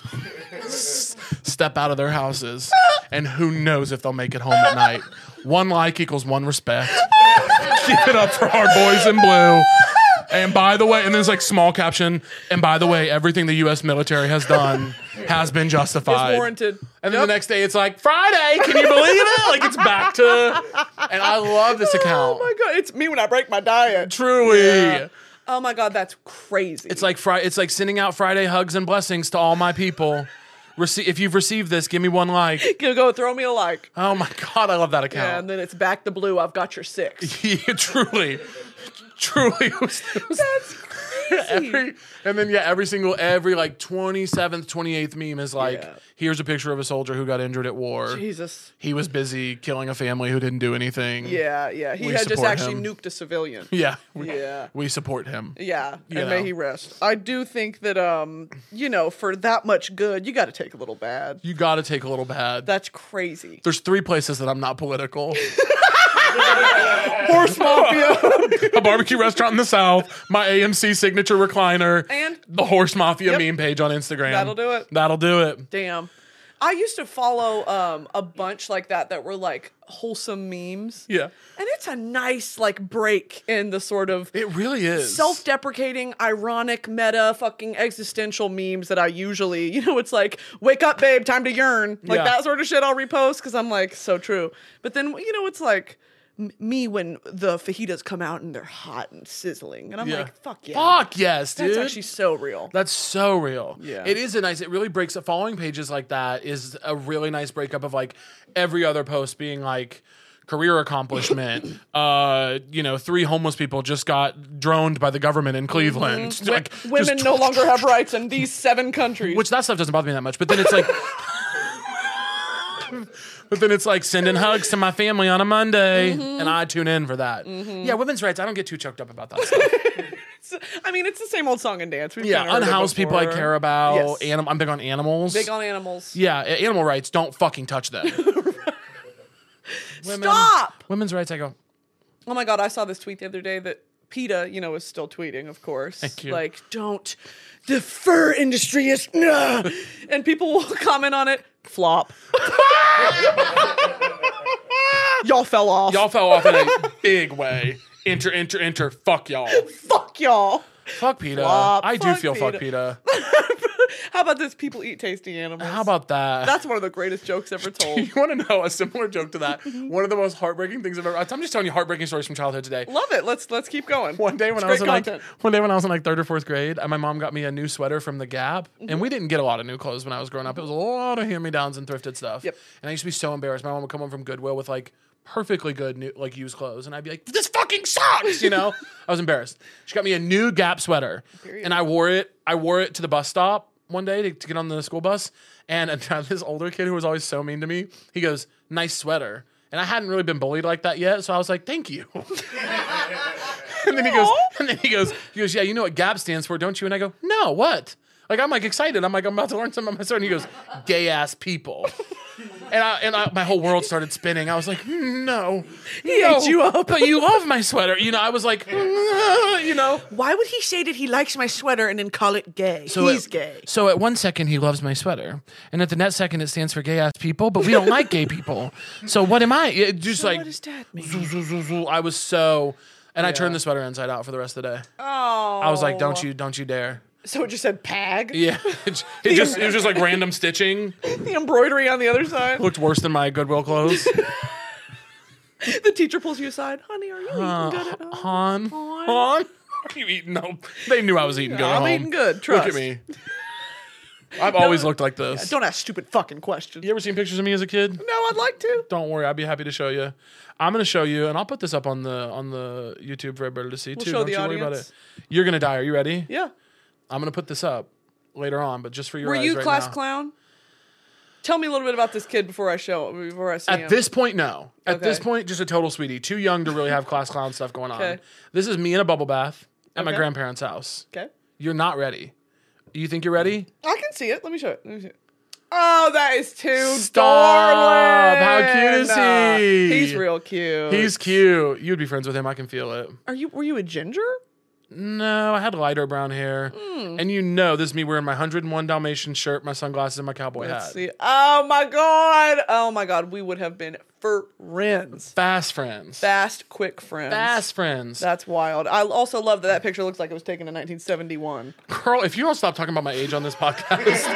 Speaker 1: s- step out of their houses and who knows if they'll make it home at night. One like equals one respect. Give it up for our boys in blue. And by the way, and there's like small caption, and by the way, everything the US military has done has been justified.
Speaker 2: It's warranted.
Speaker 1: And then the next day, it's like Friday. Can you believe it? Like it's back to, and I love this account.
Speaker 2: Oh my god, it's me when I break my diet.
Speaker 1: Truly,
Speaker 2: Oh my god, that's crazy.
Speaker 1: It's like Friday. It's like sending out Friday hugs and blessings to all my people. Rece- if you've received this, give me one like.
Speaker 2: gonna go throw me a like.
Speaker 1: Oh my god, I love that
Speaker 2: And
Speaker 1: account.
Speaker 2: then it's back to blue. I've got your six.
Speaker 1: Yeah, truly, truly. it was- it was-
Speaker 2: That's crazy.
Speaker 1: every, and then yeah, every single every like twenty seventh, twenty eighth meme is like,
Speaker 2: Yeah.
Speaker 1: here's a picture of a soldier who got injured at war.
Speaker 2: Jesus.
Speaker 1: He was busy killing a family who didn't do anything.
Speaker 2: Yeah, yeah. He
Speaker 1: We
Speaker 2: had just
Speaker 1: support
Speaker 2: actually
Speaker 1: him.
Speaker 2: nuked a civilian.
Speaker 1: yeah, we,
Speaker 2: Yeah.
Speaker 1: we support him.
Speaker 2: Yeah,
Speaker 1: You
Speaker 2: and may
Speaker 1: know.
Speaker 2: he rest. I do think that, um, you know, for that much good, you got to take a little bad.
Speaker 1: You got to take a little bad.
Speaker 2: That's crazy.
Speaker 1: There's three places that I'm not political:
Speaker 2: Horse mafia.
Speaker 1: a barbecue restaurant in the south, my AMC signature recliner,
Speaker 2: And-
Speaker 1: the horse mafia
Speaker 2: Yep.
Speaker 1: meme page on Instagram.
Speaker 2: That'll do it.
Speaker 1: That'll do it.
Speaker 2: Damn. I used to follow um, a bunch like that that were like wholesome memes.
Speaker 1: Yeah,
Speaker 2: And it's a nice like break in the sort of
Speaker 1: it really is
Speaker 2: self-deprecating, ironic, meta, fucking existential memes that I usually, you know, it's like, wake up, babe, time to yearn, like
Speaker 1: Yeah.
Speaker 2: that sort of shit. I'll repost because I'm like, so true. But then, you know, it's like m- me when the fajitas come out and they're hot and sizzling, and I'm
Speaker 1: Yeah.
Speaker 2: like, fuck yeah,
Speaker 1: Fuck yes, dude.
Speaker 2: that's actually so real.
Speaker 1: That's so real.
Speaker 2: Yeah.
Speaker 1: It is a nice, it really breaks up. Following pages like that is a really nice breakup of like every other post being like career accomplishment. uh, you know, three homeless people just got droned by the government in Cleveland. Like, just-
Speaker 2: Mm-hmm. Women no longer have rights in these seven countries.
Speaker 1: Which that stuff doesn't bother me that much. But then it's like. But then it's like sending hugs to my family on a Monday,
Speaker 2: Mm-hmm.
Speaker 1: and I tune in for that. Yeah, women's rights. I don't get too choked up about that stuff.
Speaker 2: I mean, it's the same old song and dance. We've kinda
Speaker 1: yeah,
Speaker 2: heard it
Speaker 1: unhoused people I
Speaker 2: before.
Speaker 1: care about.
Speaker 2: Yes.
Speaker 1: Anim- I'm big on animals.
Speaker 2: Big on animals.
Speaker 1: Yeah, a- animal rights. Don't fucking touch them. Women-
Speaker 2: Stop!
Speaker 1: Women's rights. I go.
Speaker 2: Oh my god, I saw this tweet the other day that PETA, you know, is still tweeting, of course.
Speaker 1: you.
Speaker 2: Like, don't the fur industry is nah. and people will comment on it, flop. y'all fell off.
Speaker 1: Y'all fell off in a big way. Enter, enter, enter. Fuck y'all.
Speaker 2: fuck y'all.
Speaker 1: Fuck PETA.
Speaker 2: Flop.
Speaker 1: I do
Speaker 2: Fuck
Speaker 1: feel fuck PETA.
Speaker 2: PETA. How about this? People eat tasty animals.
Speaker 1: How about that?
Speaker 2: that's one of the greatest jokes ever told.
Speaker 1: you want to know a similar joke to that? One of the most heartbreaking things I've ever. I'm just telling you heartbreaking stories from childhood today.
Speaker 2: Love it. Let's let's keep going.
Speaker 1: One day when
Speaker 2: It's
Speaker 1: I was in
Speaker 2: great
Speaker 1: like
Speaker 2: content.
Speaker 1: one day when I was in like third or fourth grade, and my mom got me a new sweater from the Gap,
Speaker 2: Mm-hmm.
Speaker 1: and we didn't get a lot of new clothes when I was growing up. It was a lot of hand me downs and thrifted stuff.
Speaker 2: Yep.
Speaker 1: And I used to be so embarrassed. My mom would come home from Goodwill with like perfectly good new like used clothes, and I'd be like, "This fucking sucks," you know. I was embarrassed. She got me a new Gap sweater, and I wore it. I wore it to the bus stop one day to, to get on the school bus, and this older kid who was always so mean to me, he goes, "Nice sweater." And I hadn't really been bullied like that yet, so I was like, "Thank you." And then he goes, and then he goes, he goes, yeah, you know what GAB stands for, don't you? And I go, no, what? Like I'm like excited. I'm like I'm about to learn something about myself. And he goes, gay ass people. And I and I, my whole world started spinning. I was like, "Mm, no, he
Speaker 2: ate you up.
Speaker 1: But you love my sweater. You know, I was like, "Mm, you know.
Speaker 2: Why would he say that he likes my sweater and then call it gay? He's
Speaker 1: at,
Speaker 2: gay.
Speaker 1: So at one second he loves my sweater, and at the next second it stands for gay ass people. But we don't like gay people. So what am I? It just like
Speaker 2: what does that mean?
Speaker 1: zoo, zoo, zoo, zoo. I was so, and I turned the sweater inside out for the rest of the day.
Speaker 2: Oh.
Speaker 1: I was like, "Don't you, don't you dare!"
Speaker 2: So it just said pag.
Speaker 1: Yeah, it, it just it was just like random stitching.
Speaker 2: The embroidery on the other side.
Speaker 1: Looked worse than my Goodwill clothes.
Speaker 2: The teacher pulls you aside. Honey, are you
Speaker 1: Uh,
Speaker 2: eating good at
Speaker 1: Han,
Speaker 2: home?
Speaker 1: Han, are you eating? No, they knew I was eating good. at
Speaker 2: I'm
Speaker 1: home.
Speaker 2: eating good,
Speaker 1: Look
Speaker 2: trust.
Speaker 1: at me. I've always looked like this.
Speaker 2: Don't ask stupid fucking questions.
Speaker 1: you ever seen pictures of me as a kid?
Speaker 2: No, I'd like to.
Speaker 1: Don't worry, I'd be happy to show you. I'm gonna show you, and I'll put this up on the on the YouTube for everybody to see too.
Speaker 2: show
Speaker 1: Don't
Speaker 2: the
Speaker 1: you worry about it.
Speaker 2: audience.
Speaker 1: You're gonna die. Are you ready?
Speaker 2: Yeah.
Speaker 1: I'm gonna put this up later on, but just for your
Speaker 2: Were
Speaker 1: eyes
Speaker 2: you
Speaker 1: right
Speaker 2: class
Speaker 1: now.
Speaker 2: clown? Tell me a little bit about this kid before I show before I see
Speaker 1: At
Speaker 2: him.
Speaker 1: this point, no. At this
Speaker 2: Okay.
Speaker 1: point, just a total sweetie. Too young to really have class clown stuff going on.
Speaker 2: Okay.
Speaker 1: This is me in a bubble bath at my
Speaker 2: Okay.
Speaker 1: grandparents' house.
Speaker 2: okay.
Speaker 1: You're not ready. You think you're ready?
Speaker 2: I can see it. Let me show it. Let me see it. Oh, that is too
Speaker 1: Stop.
Speaker 2: darling.
Speaker 1: How cute is
Speaker 2: Nah,
Speaker 1: he?
Speaker 2: he's real cute.
Speaker 1: He's cute. You'd be friends with him. I can feel it.
Speaker 2: Are you? Were you a ginger?
Speaker 1: No, I had lighter brown hair.
Speaker 2: Hmm.
Speaker 1: And you know, this is me wearing my 101 Dalmatian shirt, my sunglasses, and my cowboy
Speaker 2: Let's
Speaker 1: hat.
Speaker 2: see. Oh my god. Oh my god. We would have been friends.
Speaker 1: Fast friends.
Speaker 2: Fast, quick friends.
Speaker 1: Fast friends.
Speaker 2: That's wild. I also love that that picture looks like it was taken in 1971.
Speaker 1: Girl, if you don't stop talking about my age on this podcast,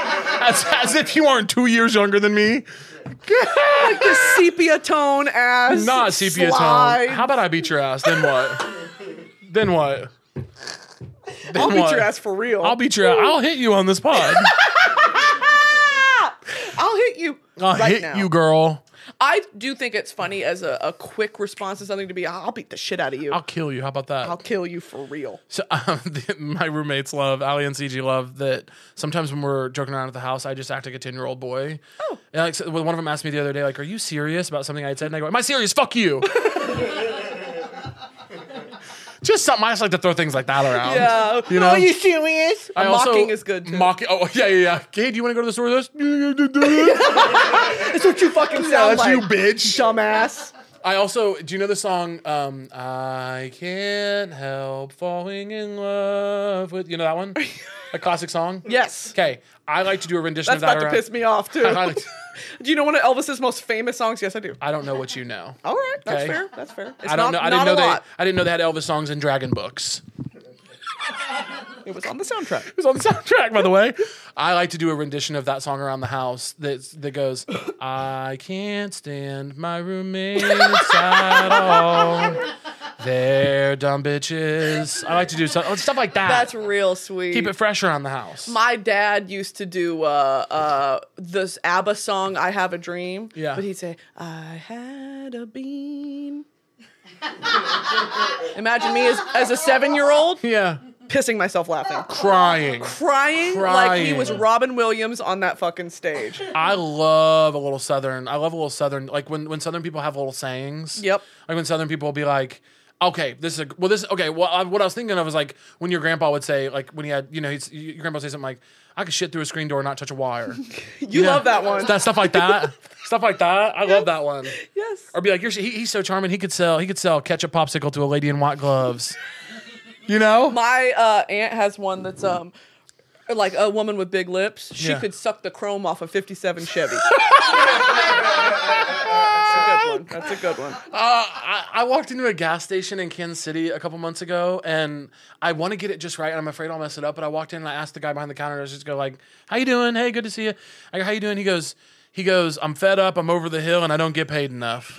Speaker 1: as, as if you aren't two years younger than me,
Speaker 2: like the sepia tone ass.
Speaker 1: Not sepia
Speaker 2: slide.
Speaker 1: tone. How about I beat your ass? Then what? then what?
Speaker 2: I'll beat
Speaker 1: what?
Speaker 2: your ass for real.
Speaker 1: I'll beat your ass. I'll hit you on this pod.
Speaker 2: I'll hit you
Speaker 1: I'll
Speaker 2: right
Speaker 1: hit
Speaker 2: now.
Speaker 1: you, girl.
Speaker 2: I do think it's funny as a, a quick response to something to be, I'll beat the shit out of you.
Speaker 1: I'll
Speaker 2: I'll,
Speaker 1: kill you. How about that?
Speaker 2: kill you for real.
Speaker 1: So um, the, my roommates love Ali and CG love that. Sometimes when we're joking around at the house, I just act like a ten year old boy. Oh, and like so one of them asked me the other day, like, "Are you serious about something I had said?" And I go, "Am I serious? Fuck you." just something I just like to throw things like that around.
Speaker 2: Yeah.
Speaker 1: you know.
Speaker 2: Um, you serious?
Speaker 1: I also-
Speaker 2: mocking is good. Too.
Speaker 1: Mocking. Oh yeah, yeah, yeah. Hey, do you want to go to the store with us? yeah,
Speaker 2: That's what you fucking sound
Speaker 1: that's
Speaker 2: like.
Speaker 1: you, bitch.
Speaker 2: dumbass.
Speaker 1: I also do you know the song um I can't help falling in love with you know that one? A classic song?
Speaker 2: Yes.
Speaker 1: Okay. I like to do a rendition
Speaker 2: That's
Speaker 1: of that
Speaker 2: about to
Speaker 1: around-
Speaker 2: piss me off too.
Speaker 1: I, like to-
Speaker 2: do you know one of Elvis's most famous songs? Yes, I do.
Speaker 1: I don't know what you know.
Speaker 2: All right, that's
Speaker 1: Okay.
Speaker 2: fair. That's fair. It's
Speaker 1: I don't
Speaker 2: not,
Speaker 1: know. I
Speaker 2: not
Speaker 1: didn't know
Speaker 2: a
Speaker 1: they
Speaker 2: lot.
Speaker 1: I didn't know they had Elvis songs in Dragon Books.
Speaker 2: It was on the soundtrack.
Speaker 1: It was on the soundtrack, by the way. I like to do a rendition of that song around the house that that goes, I can't stand my roommates at all. They're dumb bitches. I like to do stuff, stuff like that.
Speaker 2: That's real sweet.
Speaker 1: Keep it fresh around the house.
Speaker 2: My dad used to do uh, uh, this ABBA song, I Have a Dream.
Speaker 1: Yeah.
Speaker 2: But he'd say, I had a beam. Imagine me as, as a seven year old
Speaker 1: yeah.
Speaker 2: pissing myself laughing.
Speaker 1: Crying.
Speaker 2: Crying, like he
Speaker 1: Crying.
Speaker 2: was Robin Williams on that fucking stage.
Speaker 1: I love a little Southern. I love a little Southern. Like when, when Southern people have little sayings.
Speaker 2: Yep.
Speaker 1: Like when Southern people will be like, okay, this is a, well, this, okay, well, I, what I was thinking of was like when your grandpa would say, like when he had, you know, he's, your grandpa would say something like, I could shit through a screen door and not touch a wire.
Speaker 2: You love that one.
Speaker 1: that stuff like that. stuff like that. I love that one.
Speaker 2: yes.
Speaker 1: Or be like, You're, he, he's so charming. He could sell, he could sell ketchup popsicle to a lady in white gloves. you know?
Speaker 2: My uh, aunt has one that's um, like a woman with big lips. She
Speaker 1: Yeah.
Speaker 2: could suck the chrome off a 57 Chevy. that's a good one. That's a good one.
Speaker 1: Uh, I, I walked into a gas station in Kansas City a couple months ago, and I want to get it just right, and I'm afraid I'll mess it up. But I walked in and I asked the guy behind the counter, I was just go like, "How you doing? Hey, good to see you. I go, how you doing?" He goes, "He goes, I'm fed up. I'm over the hill, and I don't get paid enough."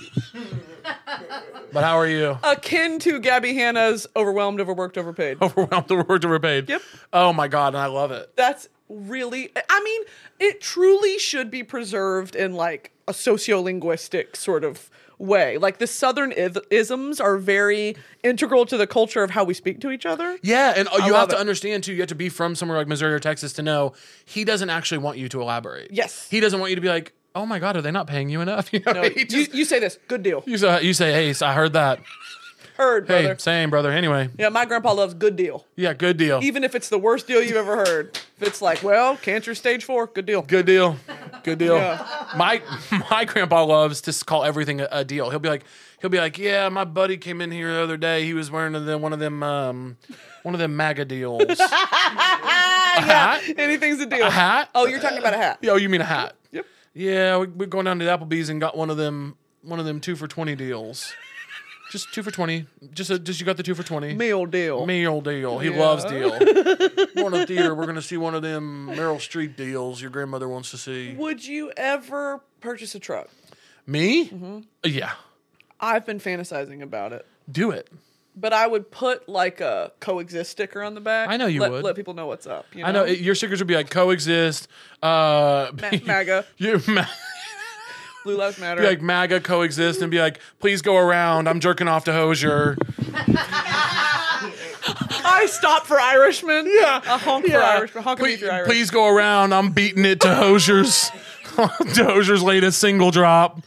Speaker 1: but how are you?
Speaker 2: akin to Gabby Hanna's overwhelmed, overworked, overpaid.
Speaker 1: Overwhelmed, overworked, overpaid.
Speaker 2: Yep.
Speaker 1: Oh my god, and I love it.
Speaker 2: That's really, I mean, it truly should be preserved in like a sociolinguistic sort of way. Like the Southern ith- isms are very integral to the culture of how we speak to each other.
Speaker 1: Yeah, and uh, you have
Speaker 2: love
Speaker 1: to
Speaker 2: it.
Speaker 1: understand too. You have to be from somewhere like Missouri or Texas to know he doesn't actually want you to elaborate.
Speaker 2: Yes.
Speaker 1: he doesn't want you to be like, "Oh my god, are they not paying you enough?" You know,
Speaker 2: No,
Speaker 1: he
Speaker 2: you,
Speaker 1: just-
Speaker 2: you say this. Good deal.
Speaker 1: You say, you say, hey, so I heard that.
Speaker 2: Heard,
Speaker 1: Hey,
Speaker 2: brother.
Speaker 1: same brother. Anyway,
Speaker 2: Yeah, my grandpa loves good deal.
Speaker 1: yeah, good deal.
Speaker 2: Even if it's the worst deal you've ever heard. If it's like, well, cancer stage four, good deal.
Speaker 1: good deal. Good deal.
Speaker 2: Yeah.
Speaker 1: My my grandpa loves to s- call everything a, a deal. He'll be like, he'll be like, yeah, my buddy came in here the other day. He was wearing the, one of them, um, one of them MAGA deals. a hat?
Speaker 2: Anything's a deal.
Speaker 1: A hat?
Speaker 2: Oh, you're talking about a hat.
Speaker 1: Yeah, oh, you mean a hat?
Speaker 2: Yep.
Speaker 1: Yeah, we, we're going down to the Applebee's and got one of them, one of them two for twenty deals. just two for twenty. Just a, just you got the two for twenty.
Speaker 2: Meal deal.
Speaker 1: Meal deal. He
Speaker 2: Yeah.
Speaker 1: loves deal. we're in a theater. We're gonna see one of them Meryl Streep deals your grandmother wants to see.
Speaker 2: Would you ever purchase a truck?
Speaker 1: Me? Yeah.
Speaker 2: I've been fantasizing about it.
Speaker 1: Do it.
Speaker 2: But I would put like a coexist sticker on the back.
Speaker 1: I know you
Speaker 2: let,
Speaker 1: would.
Speaker 2: Let people know what's up. You know?
Speaker 1: I know it, your stickers would be like coexist. Uh,
Speaker 2: Um, Ma- MAGA,
Speaker 1: you ma-
Speaker 2: Blue Lives Matter.
Speaker 1: be like MAGA coexist and be like, please go around. I'm jerking off to Hosier.
Speaker 2: I stop for Irishmen. Yeah, a honk for Irishmen. Honk me
Speaker 1: please,
Speaker 2: if you're Irish.
Speaker 1: please go around. I'm beating it to Hosier's. to Hosier's latest single drop.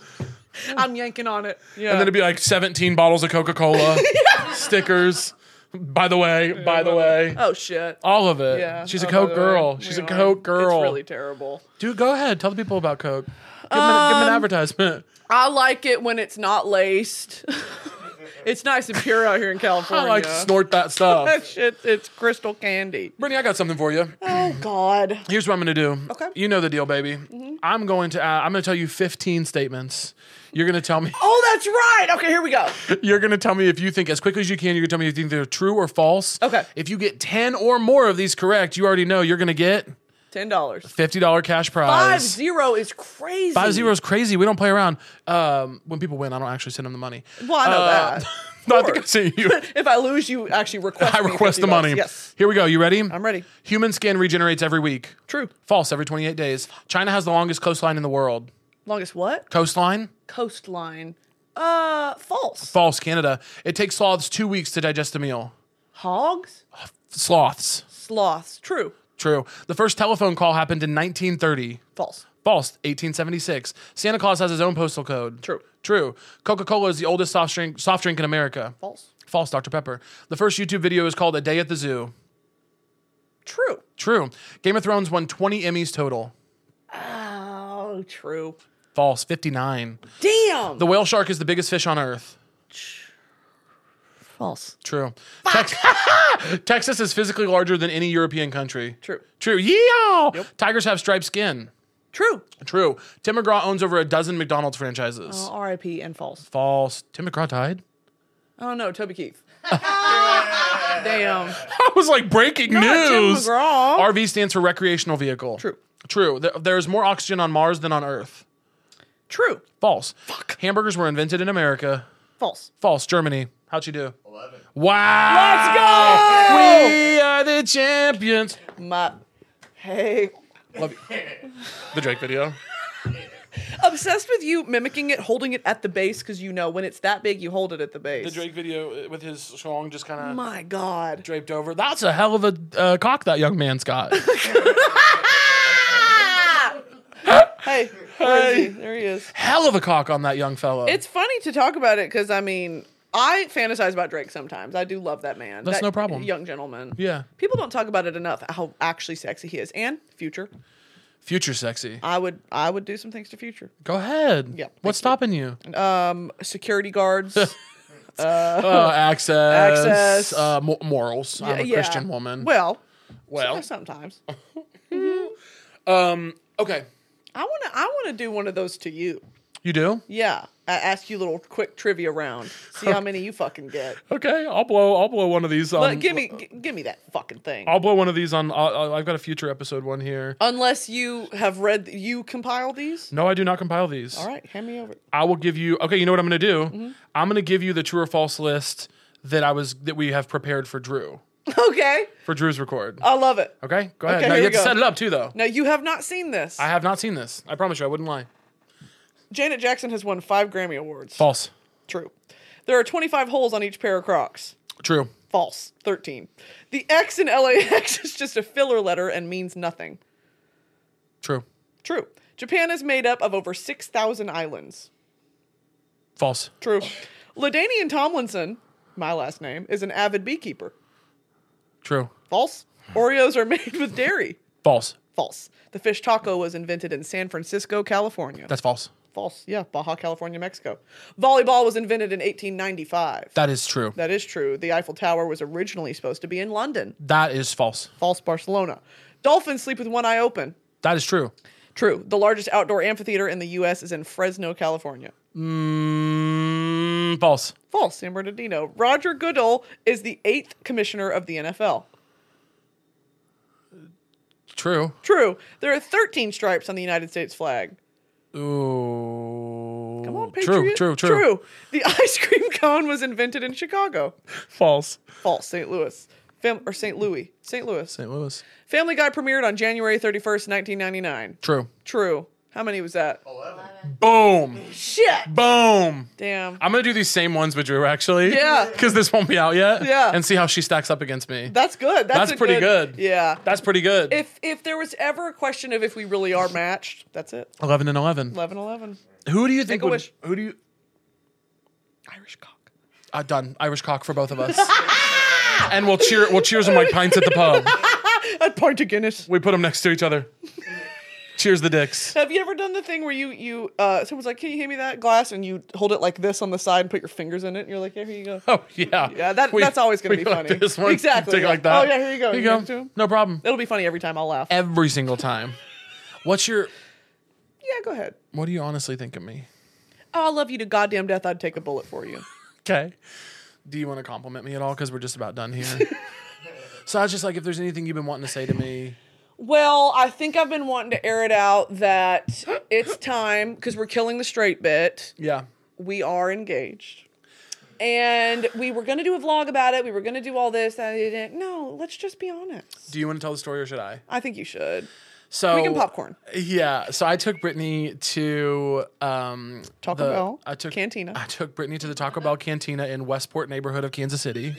Speaker 2: I'm yanking on it. Yeah,
Speaker 1: And then it'd be like 17 bottles of Coca Cola, stickers. By the way, by the way,
Speaker 2: oh shit.
Speaker 1: all of it.
Speaker 2: Yeah,
Speaker 1: She's a
Speaker 2: oh, by
Speaker 1: Coke
Speaker 2: the way,
Speaker 1: girl.
Speaker 2: we
Speaker 1: She's a
Speaker 2: are.
Speaker 1: Coke girl.
Speaker 2: It's really terrible.
Speaker 1: Dude, go ahead. Tell the people about Coke. Give them, an- give them an
Speaker 2: Um,
Speaker 1: advertisement.
Speaker 2: I like it when it's not laced. it's nice and pure out here in
Speaker 1: I
Speaker 2: California.
Speaker 1: like to snort that stuff.
Speaker 2: that shit. It's crystal candy.
Speaker 1: Brittany, I got something for you.
Speaker 2: Oh God.
Speaker 1: Here's what I'm going to do.
Speaker 2: Okay. Mm-hmm.
Speaker 1: You know the deal, baby. I'm going to. Uh, I'm going to tell you 15 statements. You're going to tell me.
Speaker 2: Oh, that's right. Okay, here we go.
Speaker 1: You're going to tell me if you think as quickly as you can. You're going to tell me if you think they're true or false.
Speaker 2: Okay.
Speaker 1: If you get 10 or more of these correct, you already know you're going to get
Speaker 2: Ten dollars.
Speaker 1: $50 cash
Speaker 2: Five
Speaker 1: prize.
Speaker 2: zero is crazy.
Speaker 1: Five zero is crazy. We don't play around. Um, when people win, I don't actually send them the money.
Speaker 2: Well, I know
Speaker 1: Uh,
Speaker 2: that.
Speaker 1: no, I think I sent you.
Speaker 2: If I lose, you actually request.
Speaker 1: I
Speaker 2: me
Speaker 1: request the
Speaker 2: $50.
Speaker 1: money.
Speaker 2: Yes,
Speaker 1: Here we go. You ready?
Speaker 2: I'm ready.
Speaker 1: Human skin regenerates every week.
Speaker 2: True.
Speaker 1: False every 28 days. China has the longest coastline in the world.
Speaker 2: Longest what?
Speaker 1: Coastline,
Speaker 2: Coastline. Uh, false.
Speaker 1: Falls, Canada. It takes sloths two weeks to digest a meal.
Speaker 2: Hogs?
Speaker 1: Sloths.
Speaker 2: Sloths. True.
Speaker 1: True. The first telephone call happened in 1930.
Speaker 2: False.
Speaker 1: False, 1876. Santa Claus has his own postal code.
Speaker 2: True.
Speaker 1: True. Coca Cola is the oldest soft drink, soft drink in America.
Speaker 2: False.
Speaker 1: False, Dr. Pepper. The first YouTube video is called A Day at the Zoo.
Speaker 2: True.
Speaker 1: True. Game of Thrones won 20 Emmys total.
Speaker 2: Oh, true.
Speaker 1: False, 59.
Speaker 2: Damn.
Speaker 1: The whale shark is the biggest fish on earth.
Speaker 2: false.
Speaker 1: True. Tex- Texas is physically larger than any European country.
Speaker 2: True.
Speaker 1: True. Yeah. Tigers have striped skin.
Speaker 2: True.
Speaker 1: True. Tim McGraw owns over a dozen McDonald's franchises.
Speaker 2: Uh, R.I.P. and false.
Speaker 1: False. Tim McGraw died.
Speaker 2: Oh no, Toby Keith. Damn.
Speaker 1: I was like breaking
Speaker 2: Tim
Speaker 1: news.
Speaker 2: McGraw.
Speaker 1: RV stands for recreational vehicle.
Speaker 2: True.
Speaker 1: True. There, there is more oxygen on Mars than on Earth.
Speaker 2: True.
Speaker 1: False. Fuck. Hamburgers were invented in America.
Speaker 2: False.
Speaker 1: False. Germany. How'd you do?
Speaker 8: 11.
Speaker 1: Wow. Let's go. We are the champions.
Speaker 2: My. Hey.
Speaker 1: Love you. The Drake video.
Speaker 2: Obsessed with you mimicking it, holding it at the base because you know when it's that big, you hold it at the base.
Speaker 1: The Drake video uh, with his song just kind of
Speaker 2: My God.
Speaker 1: draped over. That's a hell of a uh, cock that young man's got. Ah!
Speaker 2: Hey. Where is he? There he is.
Speaker 1: hell of a cock on that young fellow.
Speaker 2: It's funny to talk about it because I mean, I fantasize about Drake sometimes. I do love that man.
Speaker 1: That's
Speaker 2: That
Speaker 1: no problem.
Speaker 2: Young gentleman.
Speaker 1: yeah.
Speaker 2: People don't talk about it enough how actually sexy he is. And future,
Speaker 1: Future sexy.
Speaker 2: I would I would do some things to future.
Speaker 1: Go ahead.
Speaker 2: Yeah,
Speaker 1: What's stopping you?
Speaker 2: Um, security guards.
Speaker 1: Uh, access.
Speaker 2: Access.
Speaker 1: Uh, mo- morals. I'm a
Speaker 2: Yeah.
Speaker 1: Christian woman.
Speaker 2: Well,
Speaker 1: Well,
Speaker 2: sometimes
Speaker 1: okay.
Speaker 2: I want to I want to do one of those to you.
Speaker 1: You do?
Speaker 2: Yeah, I ask you a little quick trivia round. See how many you fucking get.
Speaker 1: Okay. I'll blow. I'll blow one of these. On,
Speaker 2: But give me g- give me that fucking thing.
Speaker 1: I'll blow one of these on. Uh, I've got a future episode one here.
Speaker 2: Unless you have read you compile these.
Speaker 1: No, I do not compile these.
Speaker 2: All right, hand me over.
Speaker 1: I will give you. Okay, you know what I'm going to do?
Speaker 2: Mm-hmm.
Speaker 1: I'm going to give you the true or false list that I was that we have prepared for Drew
Speaker 2: Okay,
Speaker 1: for Drew's record.
Speaker 2: I love it.
Speaker 1: okay, go ahead.
Speaker 2: Oh. okay,
Speaker 1: now you
Speaker 2: here
Speaker 1: have
Speaker 2: we
Speaker 1: to
Speaker 2: go.
Speaker 1: set it up too, though.
Speaker 2: Now you have not seen this.
Speaker 1: I have not seen this. I promise you, I wouldn't lie.
Speaker 2: Janet Jackson has won five Grammy awards.
Speaker 1: False.
Speaker 2: True. There are 25 holes on each pair of Crocs.
Speaker 1: True.
Speaker 2: False. 13. The X in LAX is just a filler letter and means nothing.
Speaker 1: True.
Speaker 2: True. Japan is made up of over 6,000 islands.
Speaker 1: False.
Speaker 2: True. Ladanian Tomlinson, my last name, is an avid beekeeper.
Speaker 1: True.
Speaker 2: False. Oreos are made with dairy.
Speaker 1: False.
Speaker 2: False. The fish taco was invented in San Francisco, California.
Speaker 1: That's false.
Speaker 2: False. Yeah, Baja California, Mexico. Volleyball was invented in 1895.
Speaker 1: That is true.
Speaker 2: That is true. The Eiffel Tower was originally supposed to be in London.
Speaker 1: That is false.
Speaker 2: False Barcelona. Dolphins sleep with one eye open.
Speaker 1: That is true.
Speaker 2: True. The largest outdoor amphitheater in the U.S. is in Fresno, California.
Speaker 1: Mm, false.
Speaker 2: False. San Bernardino. Roger Goodell is the eighth commissioner of the NFL.
Speaker 1: True.
Speaker 2: True. There are 13 stripes on the United States flag.
Speaker 1: Ooh.
Speaker 2: Come on,
Speaker 1: true,
Speaker 2: Patriot.
Speaker 1: true, true.
Speaker 2: True. The ice cream cone was invented in Chicago.
Speaker 1: False.
Speaker 2: False. St. Louis. Fam- or St. Louis. St. Louis.
Speaker 1: St. Louis.
Speaker 2: Family Guy premiered on January 31st, 1999.
Speaker 1: True.
Speaker 2: True. How many was that?
Speaker 8: 11.
Speaker 1: Boom.
Speaker 2: Shit.
Speaker 1: Boom.
Speaker 2: Damn.
Speaker 1: I'm gonna do these same ones with Drew actually.
Speaker 2: Yeah.
Speaker 1: Because this won't be out yet.
Speaker 2: Yeah.
Speaker 1: And see how she stacks up against me.
Speaker 2: That's good. That's,
Speaker 1: That's
Speaker 2: a
Speaker 1: pretty good.
Speaker 2: Yeah.
Speaker 1: That's pretty good.
Speaker 2: If if there was ever a question of if we really are matched, that's it.
Speaker 1: Eleven and eleven.
Speaker 2: 11 11.
Speaker 1: Who do you think
Speaker 2: Make a
Speaker 1: would?
Speaker 2: wish.
Speaker 1: Who do you?
Speaker 2: Irish cock.
Speaker 1: Uh, done. Irish cock for both of us. and we'll cheer. We'll cheers them like pints at the pub.
Speaker 2: At point to Guinness.
Speaker 1: We put them next to each other. cheers the dicks.
Speaker 2: Have you ever done the thing where you you uh someone's like, Can you hand me that glass? And you hold it like this on the side and put your fingers in it and you're like, Yeah, here you go.
Speaker 1: Oh yeah.
Speaker 2: Yeah, that- that's always gonna
Speaker 1: we
Speaker 2: be
Speaker 1: go like
Speaker 2: funny.
Speaker 1: this one,
Speaker 2: Exactly,
Speaker 1: Take it
Speaker 2: yeah.
Speaker 1: like that.
Speaker 2: Oh, yeah, here you go.
Speaker 1: Here you
Speaker 2: You
Speaker 1: go.
Speaker 2: give it to 'em?
Speaker 1: No problem.
Speaker 2: It'll be funny every time I'll laugh.
Speaker 1: Every single time. What's your?
Speaker 2: yeah, go ahead.
Speaker 1: What do you honestly think of me?
Speaker 2: Oh, I love you to goddamn death, I'd take a bullet for you.
Speaker 1: Okay. Do you want to compliment me at all? Because we're just about done here. so I was just like, if there's anything you've been wanting to say to me,
Speaker 2: Well, I think I've been wanting to air it out that it's time because we're killing the straight bit.
Speaker 1: yeah,
Speaker 2: we are engaged. And we were going to do a vlog about it. We were going to do all this. And I didn't. No, let's just be honest.
Speaker 1: do you want to tell the story or should I?
Speaker 2: I think you should.
Speaker 1: So
Speaker 2: We can popcorn.
Speaker 1: Yeah. So I took Brittany to um,
Speaker 2: Taco
Speaker 1: the-
Speaker 2: Bell
Speaker 1: I took
Speaker 2: Cantina.
Speaker 1: I took Brittany to the Taco Bell Cantina in Westport neighborhood of Kansas City.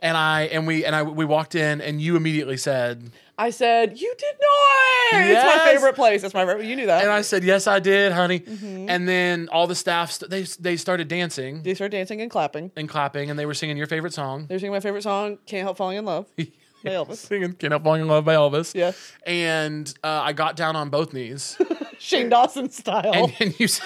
Speaker 1: And I and we and I we walked in and you immediately said
Speaker 2: I said, You did not. It's my
Speaker 1: Yes.
Speaker 2: favorite place. That's my favorite. You knew that.
Speaker 1: and I said yes I did honey
Speaker 2: Mm-hmm.
Speaker 1: and then all the staff st- they they started dancing
Speaker 2: they started dancing and clapping.
Speaker 1: and clapping and they were singing your favorite song
Speaker 2: They were singing my favorite song, Can't Help Falling in Love. by Elvis.
Speaker 1: singing Can't Help Falling in Love by Elvis
Speaker 2: Yes.
Speaker 1: and uh, I got down on both knees
Speaker 2: Oh. Shane Dawson style.
Speaker 1: and, and you said,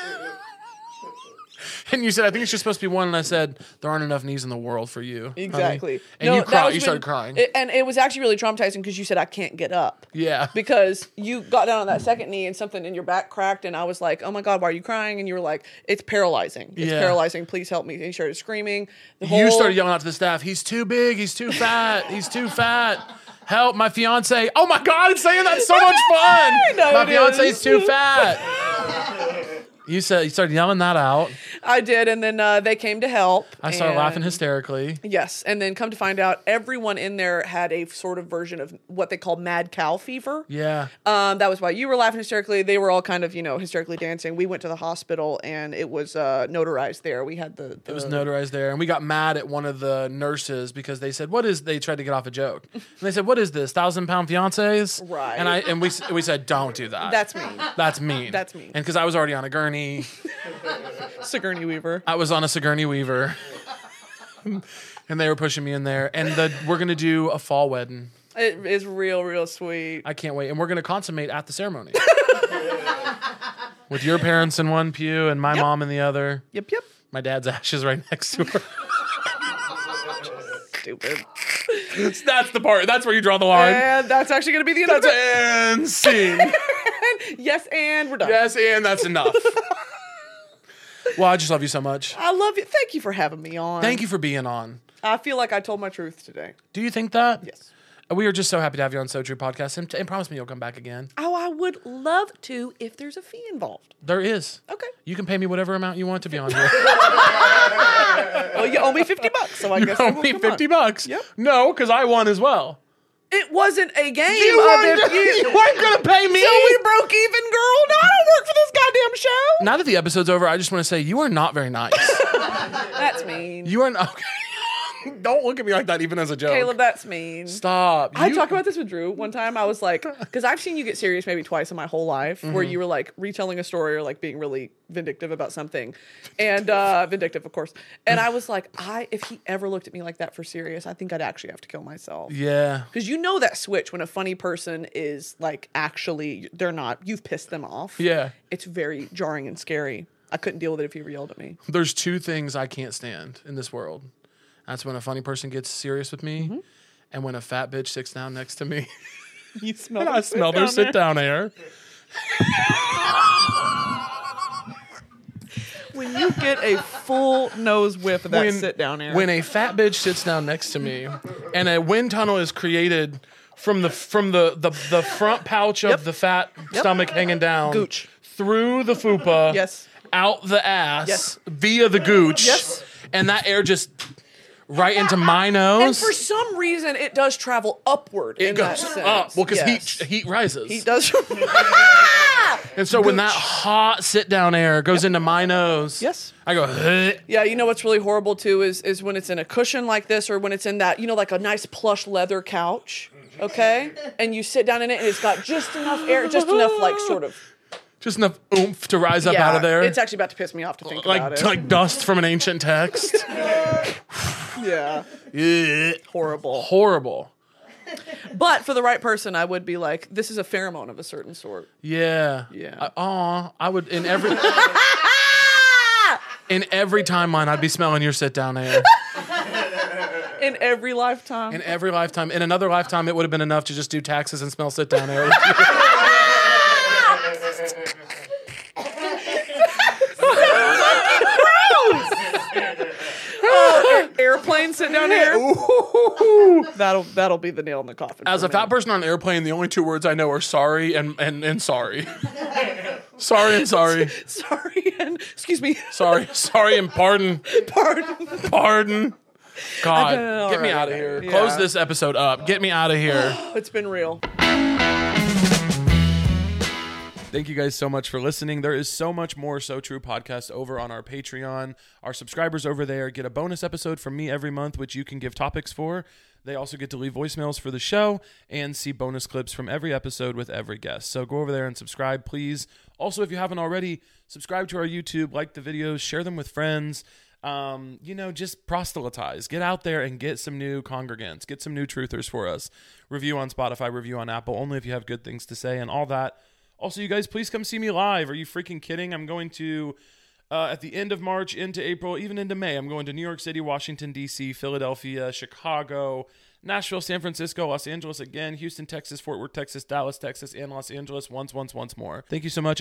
Speaker 1: and you said, I think it's just supposed to be one. And I said, there aren't enough knees in the world for you. honey."
Speaker 2: Exactly.
Speaker 1: And
Speaker 2: No,
Speaker 1: you
Speaker 2: that
Speaker 1: cried.
Speaker 2: was
Speaker 1: You
Speaker 2: when-
Speaker 1: started crying.
Speaker 2: it- and it was actually really traumatizing because you said, I can't get up.
Speaker 1: yeah.
Speaker 2: Because you got down on that second knee and something in your back cracked, and I was like, "Oh my god, why are you crying?" And you were like, "It's paralyzing. It's
Speaker 1: Yeah.
Speaker 2: paralyzing. Please help me." And you started screaming. The
Speaker 1: you
Speaker 2: whole-
Speaker 1: started yelling out to the staff. He's too big. He's too fat. He's too fat. Help my fiance. Oh my God, it's saying that's so much fun.
Speaker 2: No,
Speaker 1: my
Speaker 2: it
Speaker 1: fiance's
Speaker 2: is.
Speaker 1: too fat. you said you started yelling that out.
Speaker 2: I did, and then uh, they came to help.
Speaker 1: I started
Speaker 2: and-
Speaker 1: laughing hysterically.
Speaker 2: Yes, and then come to find out, everyone in there had a sort of version of what they call mad cow fever.
Speaker 1: Yeah.
Speaker 2: Um, that was why you were laughing hysterically. They were all kind of, you know, hysterically dancing. We went to the hospital and it was uh, notarized there. We had the, the
Speaker 1: It was notarized there, and we got mad at one of the nurses because they said, "What is?" They tried to get off a joke, and they said, "What is this? Thousand pound fiancés?"
Speaker 2: Right.
Speaker 1: And I and we s- we said, "Don't do that.
Speaker 2: That's me,
Speaker 1: that's mean.
Speaker 2: That's mean.
Speaker 1: And because I was already on a gurney,
Speaker 2: Sigourney Weaver.
Speaker 1: I was on a Sigourney Weaver, and they were pushing me in there. And the, we're gonna do a fall wedding.
Speaker 2: It is real, real sweet.
Speaker 1: I can't wait. And we're gonna consummate at the ceremony with your parents in one pew and my mom in the other.
Speaker 2: Yep, yep.
Speaker 1: My dad's ashes right next to her.
Speaker 2: Stupid.
Speaker 1: that's the part. That's where you draw the line.
Speaker 2: And that's actually going to be the end of
Speaker 1: That's
Speaker 2: it.
Speaker 1: and scene.
Speaker 2: Yes, and we're done.
Speaker 1: yes, and that's enough. well, I just love you so much.
Speaker 2: I love you. Thank you for having me on.
Speaker 1: Thank you for being on.
Speaker 2: I feel like I told my truth today.
Speaker 1: Do you think that?
Speaker 2: Yes.
Speaker 1: We are just so happy to have you on So True Podcast, and, and promise me you'll come back again.
Speaker 2: Oh, I would love to if there's a fee involved.
Speaker 1: There is.
Speaker 2: Okay.
Speaker 1: You can pay me whatever amount you want to be on here.
Speaker 2: Well, Oh, you owe me 50 bucks, so I
Speaker 1: you
Speaker 2: guess I
Speaker 1: owe
Speaker 2: will
Speaker 1: me
Speaker 2: come
Speaker 1: fifty
Speaker 2: on.
Speaker 1: bucks.
Speaker 2: Yep.
Speaker 1: No, because I won as well.
Speaker 2: It wasn't a game.
Speaker 1: You
Speaker 2: of
Speaker 1: weren't,
Speaker 2: if you,
Speaker 1: you weren't gonna pay me.
Speaker 2: So we broke even, girl. No, I don't work for this goddamn show.
Speaker 1: now that the episode's over, I just want to say you are not very nice.
Speaker 2: That's mean.
Speaker 1: you are not. Okay. Don't look at me like that, even as a joke.
Speaker 2: Caleb, that's mean.
Speaker 1: stop.
Speaker 2: I
Speaker 1: You-
Speaker 2: talked about this with Drew one time. I was like, because I've seen you get serious maybe twice in my whole life, where
Speaker 1: Mm-hmm.
Speaker 2: you were like retelling a story or like being really vindictive about something, and uh, vindictive, of course. And I was like, I if he ever looked at me like that for serious, I think I'd actually have to kill myself.
Speaker 1: Yeah.
Speaker 2: Because you know that switch when a funny person is like actually they're not you've pissed them off.
Speaker 1: Yeah.
Speaker 2: it's very jarring and scary. I couldn't deal with it if you ever yelled at me.
Speaker 1: there's two things I can't stand in this world. That's when a funny person gets serious with me,
Speaker 2: Mm-hmm.
Speaker 1: and when a fat bitch sits down next to me.
Speaker 2: You smell.
Speaker 1: and I smell their sit down air.
Speaker 2: when you get a full nose whiff of that
Speaker 1: When-
Speaker 2: sit down air.
Speaker 1: When a fat bitch sits down next to me, and a wind tunnel is created from the from the the, the front pouch of the fat stomach hanging down,
Speaker 2: Gooch.
Speaker 1: through the fupa,
Speaker 2: Yes.
Speaker 1: out the ass,
Speaker 2: Yes.
Speaker 1: via the gooch,
Speaker 2: Yes.
Speaker 1: and that air just right into my nose.
Speaker 2: and for some reason, it does travel upward.
Speaker 1: it
Speaker 2: in that
Speaker 1: goes
Speaker 2: sense.
Speaker 1: up. Well, because
Speaker 2: Yes.
Speaker 1: heat heat rises.
Speaker 2: He does.
Speaker 1: And so when that hot sit down air goes into my nose,
Speaker 2: Yes.
Speaker 1: I go. "Ugh."
Speaker 2: yeah, you know what's really horrible too is is when it's in a cushion like this, or when it's in that you know like a nice plush leather couch, okay, and you sit down in it, and it's got just enough air, just enough like sort of
Speaker 1: Just enough oomph to rise up out of there,
Speaker 2: It's actually about to piss me off to think about
Speaker 1: like
Speaker 2: it.
Speaker 1: like dust from an ancient text.
Speaker 2: yeah,
Speaker 1: Ugh.
Speaker 2: horrible.
Speaker 1: Horrible.
Speaker 2: But for the right person, I would be like, this is a pheromone of a certain sort.
Speaker 1: Yeah.
Speaker 2: Yeah.
Speaker 1: I, aw, I would in every in every timeline, I'd be smelling your sit down air.
Speaker 2: in every lifetime.
Speaker 1: In e- every lifetime, in another lifetime, it would have been enough to just do taxes and smell sit down air.
Speaker 2: oh, air- airplane sit down here. That'll that'll be the nail in the coffin.
Speaker 1: As
Speaker 2: for
Speaker 1: a
Speaker 2: me.
Speaker 1: fat person on an airplane, the only two words I know are sorry and and, and sorry. sorry and sorry.
Speaker 2: sorry and excuse me,
Speaker 1: Sorry, sorry, and pardon,
Speaker 2: pardon.
Speaker 1: pardon. God,
Speaker 2: all
Speaker 1: get me
Speaker 2: right,
Speaker 1: out of
Speaker 2: okay.
Speaker 1: here.
Speaker 2: Yeah. Oh,
Speaker 1: Close this episode up. Get me out of here.
Speaker 2: It's been real.
Speaker 1: Thank you guys so much for listening. There is so much more So True podcast over on our Patreon. Our subscribers over there get a bonus episode from me every month, which you can give topics for. They also get to leave voicemails for the show and see bonus clips from every episode with every guest. So go over there and subscribe, please. Also, if you haven't already, subscribe to our YouTube, like the videos, share them with friends. Um, you know, just proselytize. Get out there and get some new congregants, get some new truthers for us. Review on Spotify, review on Apple, only if you have good things to say and all that. Also, you guys, please come see me live. Are you freaking kidding? I'm going to uh, at the end of March, into April, even into May. I'm going to New York City, Washington D.C., Philadelphia, Chicago, Nashville, San Francisco, Los Angeles again, Houston, Texas, Fort Worth, Texas, Dallas, Texas, and Los Angeles once, once, once more. Thank you so much.